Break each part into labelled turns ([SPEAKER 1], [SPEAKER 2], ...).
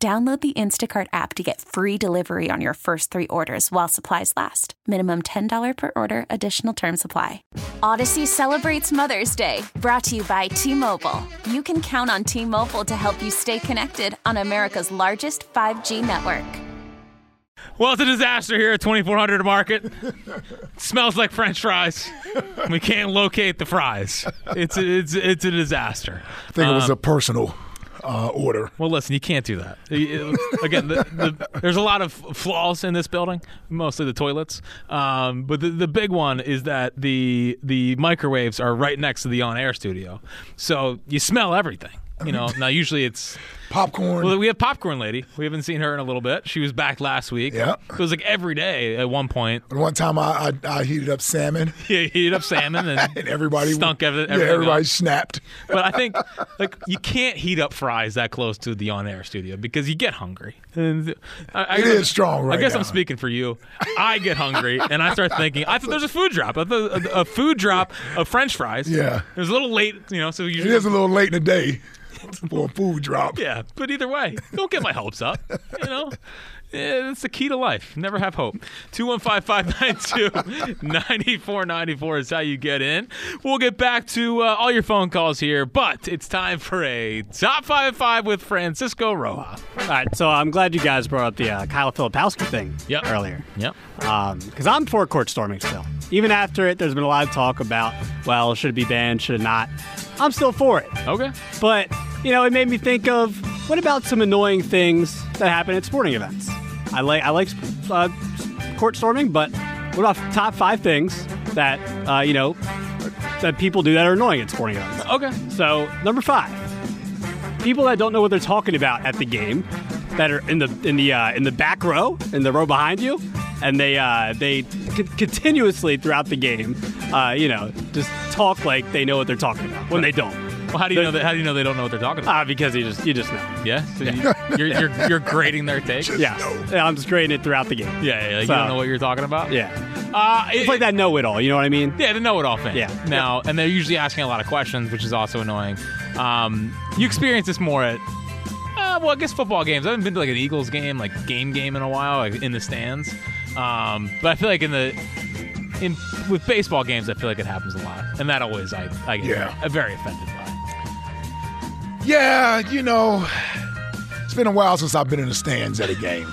[SPEAKER 1] Download the Instacart app to get free delivery on your first three orders while supplies last. Minimum $10 per order, additional term supply. Odyssey celebrates Mother's Day, brought to you by T Mobile. You can count on T Mobile to help you stay connected on America's largest 5G network.
[SPEAKER 2] Well, it's a disaster here at 2400 Market. smells like French fries. We can't locate the fries. It's a, it's it's a disaster.
[SPEAKER 3] I think it was a personal uh, order.
[SPEAKER 2] Well, listen, you can't do that. Again, the, the, there's a lot of flaws in this building, mostly the toilets. Um, but the, the big one is that the the microwaves are right next to the on-air studio, so you smell everything. You know, now usually it's
[SPEAKER 3] Popcorn.
[SPEAKER 2] well, we have popcorn lady. We haven't seen her in a little bit. She was back last week.
[SPEAKER 3] Yeah.
[SPEAKER 2] it was like every day at one point.
[SPEAKER 3] But one time I, I, I heated up salmon
[SPEAKER 2] Yeah, you heat up salmon and,
[SPEAKER 3] and everybody
[SPEAKER 2] stunk ev-
[SPEAKER 3] Yeah,
[SPEAKER 2] everything. up.
[SPEAKER 3] everybody snapped.
[SPEAKER 2] But I think like you can't heat up fries that close to the on-air studio because you get hungry. And I, I
[SPEAKER 3] It is strong
[SPEAKER 2] I
[SPEAKER 3] right
[SPEAKER 2] guess
[SPEAKER 3] now.
[SPEAKER 2] I'm speaking for you. I get hungry and I start thinking. I thought there's a food drop. I thought a, a food drop of French fries.
[SPEAKER 3] Yeah.
[SPEAKER 2] it was a little late, you know. So
[SPEAKER 3] It
[SPEAKER 2] usually
[SPEAKER 3] is a little late in the day for a food drop.
[SPEAKER 2] yeah, but either way, don't get my hopes up. You know, yeah, it's the key to life. Never have hope. 215 592 9494 is how you get in. We'll get back to uh, all your phone calls here, but it's time for a top five at five with Francisco Roja.
[SPEAKER 4] All right, so I'm glad you guys brought up the uh, Kyle Filipowski thing
[SPEAKER 2] Yep.
[SPEAKER 4] earlier.
[SPEAKER 2] Yep.
[SPEAKER 4] Because I'm for court storming still. Even after it, there's been a lot of talk about, well, should it be banned, should it not? I'm still for it.
[SPEAKER 2] Okay.
[SPEAKER 4] But, you know, it made me think of what about some annoying things that happen at sporting events? I like I like uh, court storming, but what about top five things that uh, you know that people do that are annoying at sporting events?
[SPEAKER 2] Okay.
[SPEAKER 4] So number five, people that don't know what they're talking about at the game, that are in the in the uh, in the back row, in the row behind you, and they uh, they c- continuously throughout the game, uh, you know, just talk like they know what they're talking about when they don't.
[SPEAKER 2] Well, how do you know that? How do you know they don't know what they're talking about?
[SPEAKER 4] Ah, because you just you just know.
[SPEAKER 2] yeah. So You, you're, you're you're grading their take. Yeah.
[SPEAKER 4] Yeah, Yeah, I'm just grading it throughout the game.
[SPEAKER 2] Yeah. like,
[SPEAKER 4] So-
[SPEAKER 2] you don't know what you're talking about.
[SPEAKER 4] Yeah,
[SPEAKER 2] Uh,
[SPEAKER 4] it's like that know-it-all. You know what I mean?
[SPEAKER 2] Yeah, the know-it-all thing.
[SPEAKER 4] Yeah.
[SPEAKER 2] Now, and they're usually asking a lot of questions, which is also annoying. Um, you experience this more at, uh, well, I guess football games. I haven't been to like an Eagles game, like game game in a while, like in the stands. Um, but I feel like in the in with baseball games, I feel like it happens a lot, and that always I I get
[SPEAKER 3] Yeah.
[SPEAKER 2] very, very offended by.
[SPEAKER 3] Yeah, you know, it's been a while since I've been in the stands at a game.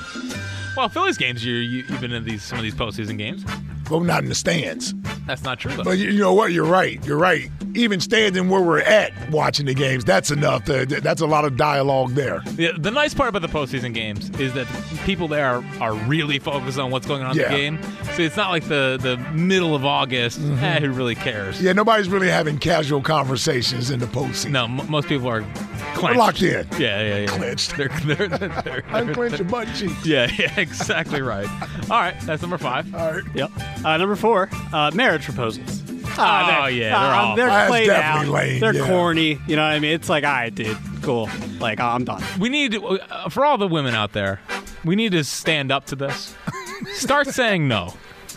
[SPEAKER 2] Well, Phillies games, you're you, you've been in these some of these postseason games.
[SPEAKER 3] Well, not in the stands.
[SPEAKER 2] That's not true though.
[SPEAKER 3] But you, you know what? You're right. You're right. Even standing where we're at watching the games, that's enough. To, that's a lot of dialogue there.
[SPEAKER 2] Yeah, the nice part about the postseason games is that people there are, are really focused on what's going on in
[SPEAKER 3] Yeah.
[SPEAKER 2] the game. So it's not like the, the middle of August. Eh, who really cares?
[SPEAKER 3] Mm-hmm. Yeah, nobody's really having casual conversations in the postseason.
[SPEAKER 2] No, m- most people are clenched.
[SPEAKER 3] We're locked in.
[SPEAKER 2] Yeah, yeah, yeah.
[SPEAKER 3] Clenched.
[SPEAKER 2] They're, they're, they're, they're,
[SPEAKER 3] Unclench your butt cheeks.
[SPEAKER 2] yeah, yeah, exactly right. All right, that's number five.
[SPEAKER 3] All right.
[SPEAKER 4] Yep. Uh, number four, uh, marriage proposals.
[SPEAKER 2] Oh, yeah,
[SPEAKER 4] they're-
[SPEAKER 2] they're
[SPEAKER 4] um,
[SPEAKER 2] awful.
[SPEAKER 3] That's
[SPEAKER 4] played
[SPEAKER 3] definitely
[SPEAKER 4] out.
[SPEAKER 3] lame,
[SPEAKER 4] They're
[SPEAKER 3] yeah.
[SPEAKER 4] corny. You know what I mean? It's like, all right, dude, cool. Like, I'm done.
[SPEAKER 2] We need, to- uh, for all the women out there, we need to stand up to this. Start saying no.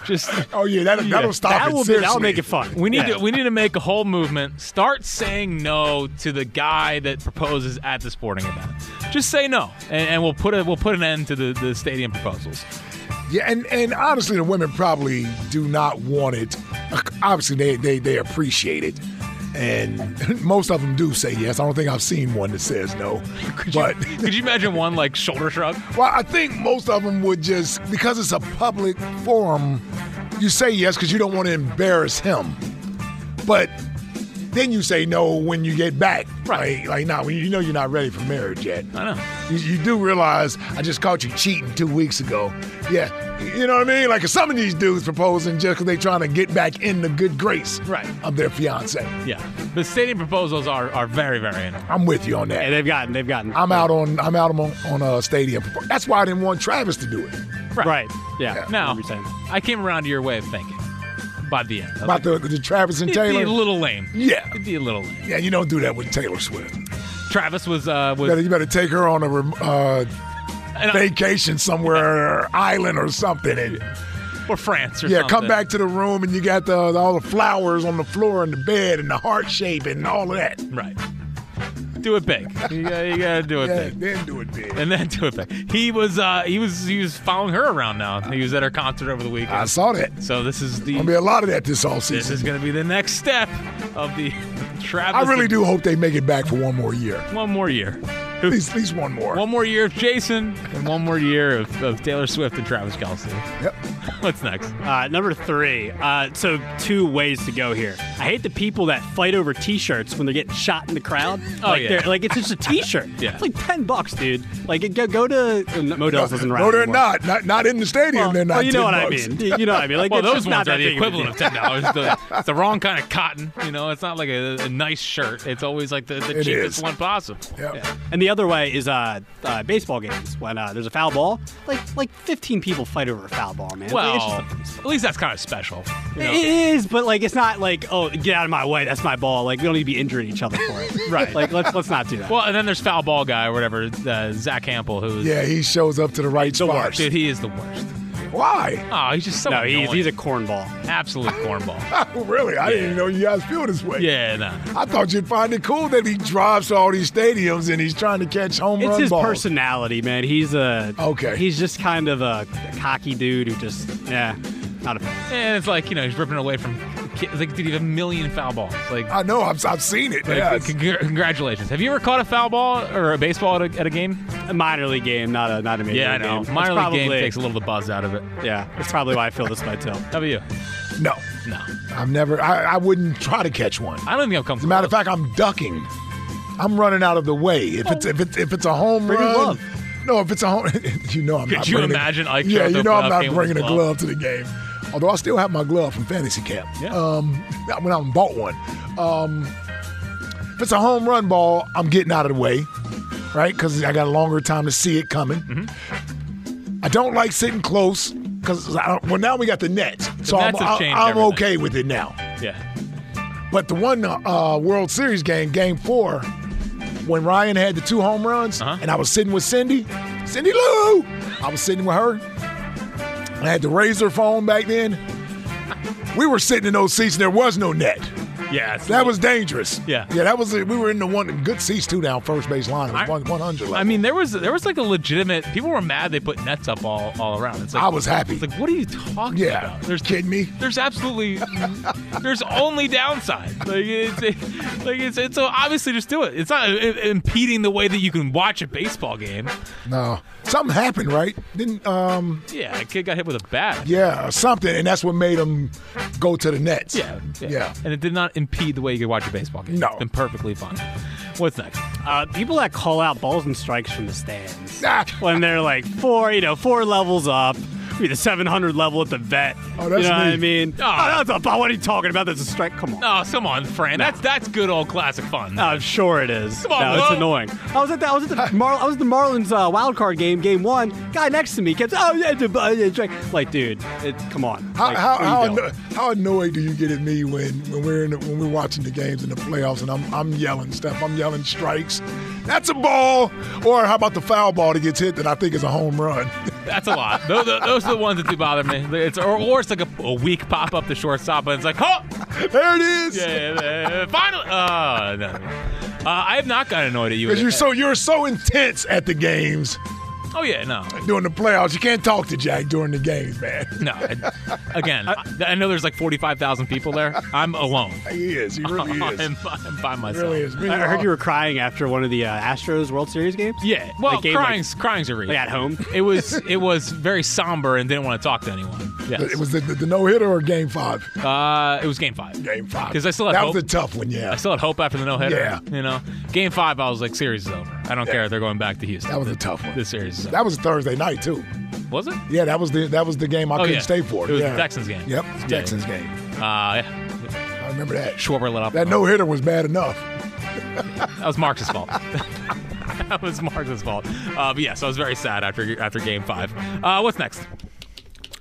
[SPEAKER 2] Just
[SPEAKER 3] Oh yeah, that, that'll stop
[SPEAKER 4] that
[SPEAKER 3] it.
[SPEAKER 4] will be,
[SPEAKER 3] seriously.
[SPEAKER 4] that'll make it fun.
[SPEAKER 2] We need
[SPEAKER 4] Yeah.
[SPEAKER 2] to we need to make a whole movement. Start saying no to the guy that proposes at the sporting event. Just say no, and, and we'll put a, we'll put an end to the, the stadium proposals.
[SPEAKER 3] Yeah, and, and honestly, the women probably do not want it. Obviously, they they, they appreciate it, and most of them do say yes. I don't think I've seen one that says no. but
[SPEAKER 2] Could you imagine one like shoulder shrug?
[SPEAKER 3] well, I think most of them would just because it's a public forum. You say yes because you don't want to embarrass him, but then you say no when you get back.
[SPEAKER 2] Right.
[SPEAKER 3] Like, like nah, when you know you're not ready for marriage yet.
[SPEAKER 2] I know.
[SPEAKER 3] You, you do realize I just caught you cheating two weeks ago. Yeah, you know what I mean? Like some of these dudes proposing just because they trying to get back in the good grace
[SPEAKER 2] Right.
[SPEAKER 3] of their fiance.
[SPEAKER 2] Yeah. The stadium proposals are, are very, very innovative.
[SPEAKER 3] I'm with you on that.
[SPEAKER 4] And they've gotten, they've gotten.
[SPEAKER 3] I'm out on I'm out on on a stadium. propo- That's why I didn't want Travis to do it.
[SPEAKER 4] Right. Yeah.
[SPEAKER 2] Now,
[SPEAKER 4] 100%.
[SPEAKER 2] I came around to your way of thinking by the end. I was
[SPEAKER 3] About the, the Travis and
[SPEAKER 2] like, it'd be
[SPEAKER 3] Taylor.
[SPEAKER 2] a little lame.
[SPEAKER 3] Yeah.
[SPEAKER 2] It'd be a little lame.
[SPEAKER 3] Yeah, you don't do that with Taylor Swift.
[SPEAKER 2] Travis was uh was
[SPEAKER 3] Better, you better take her on a rem- uh,
[SPEAKER 2] and I-
[SPEAKER 3] vacation somewhere, or island or something, and
[SPEAKER 2] or France or
[SPEAKER 3] yeah,
[SPEAKER 2] something.
[SPEAKER 3] come back to the room and you got the, the- all the flowers on the floor and the bed and the heart shape and all of that.
[SPEAKER 2] Right. Do it big. You gotta, you gotta do it
[SPEAKER 3] Yeah,
[SPEAKER 2] big.
[SPEAKER 3] then do it big.
[SPEAKER 2] and then to it back. He was uh he was he was following her around now. He was at her concert over the weekend.
[SPEAKER 3] I saw that.
[SPEAKER 2] so this is
[SPEAKER 3] Gonna be
[SPEAKER 2] the
[SPEAKER 3] a lot of that this all
[SPEAKER 2] this
[SPEAKER 3] season.
[SPEAKER 2] is gonna be the next step of the
[SPEAKER 3] I
[SPEAKER 2] Travis.
[SPEAKER 3] really do hope they make it back for one more year,
[SPEAKER 2] one more year.
[SPEAKER 3] at least, at least one more.
[SPEAKER 2] One more year of Jason and one more year of, of Taylor Swift and Travis Kelsey.
[SPEAKER 3] Yep.
[SPEAKER 2] What's next?
[SPEAKER 4] Uh, number three. Uh, so two ways to go here. I hate the people that fight over T-shirts when they're getting shot in the crowd.
[SPEAKER 2] Oh,
[SPEAKER 4] like
[SPEAKER 2] yeah.
[SPEAKER 4] they're- Like it's just a T-shirt.
[SPEAKER 2] Yeah.
[SPEAKER 4] It's like ten bucks, dude. Like it- go go to uh, no, Modell's doesn't
[SPEAKER 3] No, they're not. not. Not in the stadium.
[SPEAKER 4] Well,
[SPEAKER 3] they're not.
[SPEAKER 4] well, you know
[SPEAKER 3] 10
[SPEAKER 4] what
[SPEAKER 3] bucks.
[SPEAKER 4] I mean. You- You know what I mean. Like
[SPEAKER 2] Well,
[SPEAKER 4] it's
[SPEAKER 2] those ones
[SPEAKER 4] not that
[SPEAKER 2] are the
[SPEAKER 4] big a deal.
[SPEAKER 2] equivalent of ten dollars. it's the wrong kind of cotton. You know, it's not like a, a nice shirt. It's always like the, the
[SPEAKER 3] It
[SPEAKER 2] cheapest
[SPEAKER 3] is.
[SPEAKER 2] one possible.
[SPEAKER 3] Yep.
[SPEAKER 4] And the other way is uh, uh, baseball games when uh, there's a foul ball. Like like 15 people fight over a foul ball, man. It's like, it's
[SPEAKER 2] Well,
[SPEAKER 4] just a-
[SPEAKER 2] at least that's kind of special. you know?
[SPEAKER 4] It is, but like it's not like oh get out of my way, that's my ball. Like we don't need to be injuring each other for it, right? Like let's let's not do that.
[SPEAKER 2] Well, and then there's foul ball guy or whatever, uh, Zach Campbell, who's
[SPEAKER 3] Yeah, he shows up to the right spot.
[SPEAKER 2] dude, he is the worst.
[SPEAKER 3] Why?
[SPEAKER 2] Oh, he's just so
[SPEAKER 4] no, he's
[SPEAKER 2] annoying.
[SPEAKER 4] he's a cornball.
[SPEAKER 2] absolute cornball.
[SPEAKER 3] really? I didn't even know you guys feel this way.
[SPEAKER 2] yeah, no.
[SPEAKER 3] I thought you'd find it cool that he drives to all these stadiums and he's trying to catch home
[SPEAKER 4] It's
[SPEAKER 3] run
[SPEAKER 4] his
[SPEAKER 3] balls.
[SPEAKER 4] personality, man. He's a
[SPEAKER 3] Okay.
[SPEAKER 4] He's just kind of a cocky dude who just yeah, not a fan.
[SPEAKER 2] And it's like you know he's ripping away from. It's like dude, you have a million foul balls. Like,
[SPEAKER 3] I know. I've, I've seen it.
[SPEAKER 2] like,
[SPEAKER 3] yeah, it's-
[SPEAKER 2] congr- congratulations. Have you ever caught a foul ball or a baseball at a, at a game?
[SPEAKER 4] A minor league game, not a not a major
[SPEAKER 2] Yeah, I
[SPEAKER 4] league
[SPEAKER 2] know.
[SPEAKER 4] game. It's
[SPEAKER 2] Minor league game
[SPEAKER 4] probably-
[SPEAKER 2] takes a little of the buzz out of it.
[SPEAKER 4] Yeah, that's probably why I feel this way too.
[SPEAKER 2] How about you?
[SPEAKER 3] no,
[SPEAKER 2] No,
[SPEAKER 3] I've never. I, I wouldn't try to catch one. As
[SPEAKER 2] I don't think I'm comfortable.
[SPEAKER 3] a matter of fact, I'm ducking. I'm running out of the way. If it's if it's if it's a home
[SPEAKER 4] Bring a
[SPEAKER 3] run.
[SPEAKER 4] glove.
[SPEAKER 3] No, if it's a home, you know I'm
[SPEAKER 2] Could
[SPEAKER 3] not.
[SPEAKER 2] you
[SPEAKER 3] bringing a-
[SPEAKER 2] imagine Ike
[SPEAKER 3] yeah,
[SPEAKER 2] showed
[SPEAKER 3] you
[SPEAKER 2] up
[SPEAKER 3] know I'm
[SPEAKER 2] without
[SPEAKER 3] not
[SPEAKER 2] being with
[SPEAKER 3] bringing
[SPEAKER 2] a
[SPEAKER 3] a
[SPEAKER 2] glove?
[SPEAKER 3] glove to the game. Although I still have my glove from fantasy camp.
[SPEAKER 2] Yeah.
[SPEAKER 3] Um, when I bought one. Um, if it's a home run ball, I'm getting out of the way, right? Because I got a longer time to see it coming.
[SPEAKER 2] Mm-hmm.
[SPEAKER 3] I don't like sitting close because well now we got the nets, so
[SPEAKER 2] nets have
[SPEAKER 3] I'm,
[SPEAKER 2] changed
[SPEAKER 3] I'm
[SPEAKER 2] everything.
[SPEAKER 3] okay with it now.
[SPEAKER 2] yeah,
[SPEAKER 3] But the one uh, World Series game, Game Four, when Ryan had the two home runs,
[SPEAKER 2] Uh-huh.
[SPEAKER 3] and I was sitting with Cindy, Cindy Lou, I was sitting with her. I had the razor phone back then. We were sitting in those seats, and there was no net.
[SPEAKER 2] yeah. it's-
[SPEAKER 3] That was dangerous.
[SPEAKER 2] Yeah.
[SPEAKER 3] yeah, that was. it. We were in the one good seats too down first base line. It was
[SPEAKER 2] I-
[SPEAKER 3] one one hundred.
[SPEAKER 2] I mean, there was there was like a legitimate. People were mad they put nets up all all around. It's like,
[SPEAKER 3] I was happy.
[SPEAKER 2] It's like, what are you talking
[SPEAKER 3] yeah,
[SPEAKER 2] about?
[SPEAKER 3] there's kidding me.
[SPEAKER 2] There's absolutely there's only downside. Like it's it, like it's, it's so obviously just do it. It's not i- impeding the way that you can watch a baseball game.
[SPEAKER 3] No, something happened, right? Didn't um,
[SPEAKER 2] Yeah, a kid got hit with a bat.
[SPEAKER 3] yeah, or something, and that's what made him go to the Nets.
[SPEAKER 2] Yeah,
[SPEAKER 3] yeah.
[SPEAKER 2] And it did not impede the way you could watch a baseball game.
[SPEAKER 3] No.
[SPEAKER 2] It's been perfectly fine. What's next?
[SPEAKER 4] Uh, people that call out balls and strikes from the stands
[SPEAKER 3] Ah.
[SPEAKER 4] when they're like four, you know, four levels up. Be the 700 level at the vet.
[SPEAKER 3] Oh, that's Ah.
[SPEAKER 4] you know what
[SPEAKER 3] me.
[SPEAKER 4] I mean?
[SPEAKER 2] Oh.
[SPEAKER 4] Oh, that's a ball. What are you talking about? That's a strike. Come on.
[SPEAKER 2] Oh, come on, Fran. That's that's good old classic fun.
[SPEAKER 4] I'm sure it is.
[SPEAKER 2] Come on,
[SPEAKER 4] no, it's
[SPEAKER 2] Will.
[SPEAKER 4] annoying. I was at the I was at
[SPEAKER 3] Ah.
[SPEAKER 4] the Mar- I was at the Marlins uh, wild card game, game one. Guy next to me kept, oh yeah, it's a bu- yeah, it's right." like dude, it, come on.
[SPEAKER 3] How,
[SPEAKER 4] Like,
[SPEAKER 3] how,
[SPEAKER 4] what are you
[SPEAKER 3] how,
[SPEAKER 4] doing?
[SPEAKER 3] anno- how annoyed do you get at me when, when we're in the, when we're watching the games in the playoffs and I'm I'm yelling stuff I'm yelling strikes, that's a ball, or how about the foul ball that gets hit that I think is a home run?
[SPEAKER 2] That's a lot. those, those are the ones that do bother me. It's or, or it's like a, a weak pop up the shortstop, and it's like, oh,
[SPEAKER 3] there it is.
[SPEAKER 2] yeah, yeah, yeah, finally. Oh, no. Uh, I have not gotten annoyed at you.
[SPEAKER 3] Because you're so you're so intense at the games
[SPEAKER 2] Oh yeah, no,
[SPEAKER 3] during the playoffs. You can't talk to Jack during the games, man.
[SPEAKER 2] no. I- again, I, I know there's like forty five thousand people there. I'm alone.
[SPEAKER 3] He is. He really is.
[SPEAKER 2] I'm, I'm by
[SPEAKER 3] He
[SPEAKER 2] myself.
[SPEAKER 3] really is. Me
[SPEAKER 4] I
[SPEAKER 3] and
[SPEAKER 4] heard
[SPEAKER 3] Al-
[SPEAKER 4] you were crying after one of the uh, Astros World Series games.
[SPEAKER 2] Yeah. Well,
[SPEAKER 4] Like game, like-
[SPEAKER 2] crying's crying's a reason.
[SPEAKER 4] like at home.
[SPEAKER 2] It was it was very somber and didn't want to talk to anyone. Yes.
[SPEAKER 3] It was the, the, no hitter or game five?
[SPEAKER 2] uh, it was game five.
[SPEAKER 3] Game five.
[SPEAKER 2] 'Cause I still had
[SPEAKER 3] that
[SPEAKER 2] hope.
[SPEAKER 3] was a tough one. Yeah,
[SPEAKER 2] I still had hope after the no hitter.
[SPEAKER 3] Yeah.
[SPEAKER 2] You know, game five, I was like, series is over. I don't care if they're going back to Houston.
[SPEAKER 3] that was a tough one.
[SPEAKER 2] This series is over.
[SPEAKER 3] That was Thursday night too.
[SPEAKER 2] was it?
[SPEAKER 3] Yeah, that was the that was the game I
[SPEAKER 2] Oh,
[SPEAKER 3] couldn't
[SPEAKER 2] yeah.
[SPEAKER 3] stay for.
[SPEAKER 2] It was
[SPEAKER 3] yeah.
[SPEAKER 2] the Texans game.
[SPEAKER 3] Yep,
[SPEAKER 2] Yeah.
[SPEAKER 3] Texans game.
[SPEAKER 2] Uh, yeah.
[SPEAKER 3] I remember that.
[SPEAKER 2] Schwarber lit up.
[SPEAKER 3] That no hitter was bad enough.
[SPEAKER 2] That was Marx's fault. that was Marx's fault. Uh, but yes, I was very sad after after game five. Uh, what's next?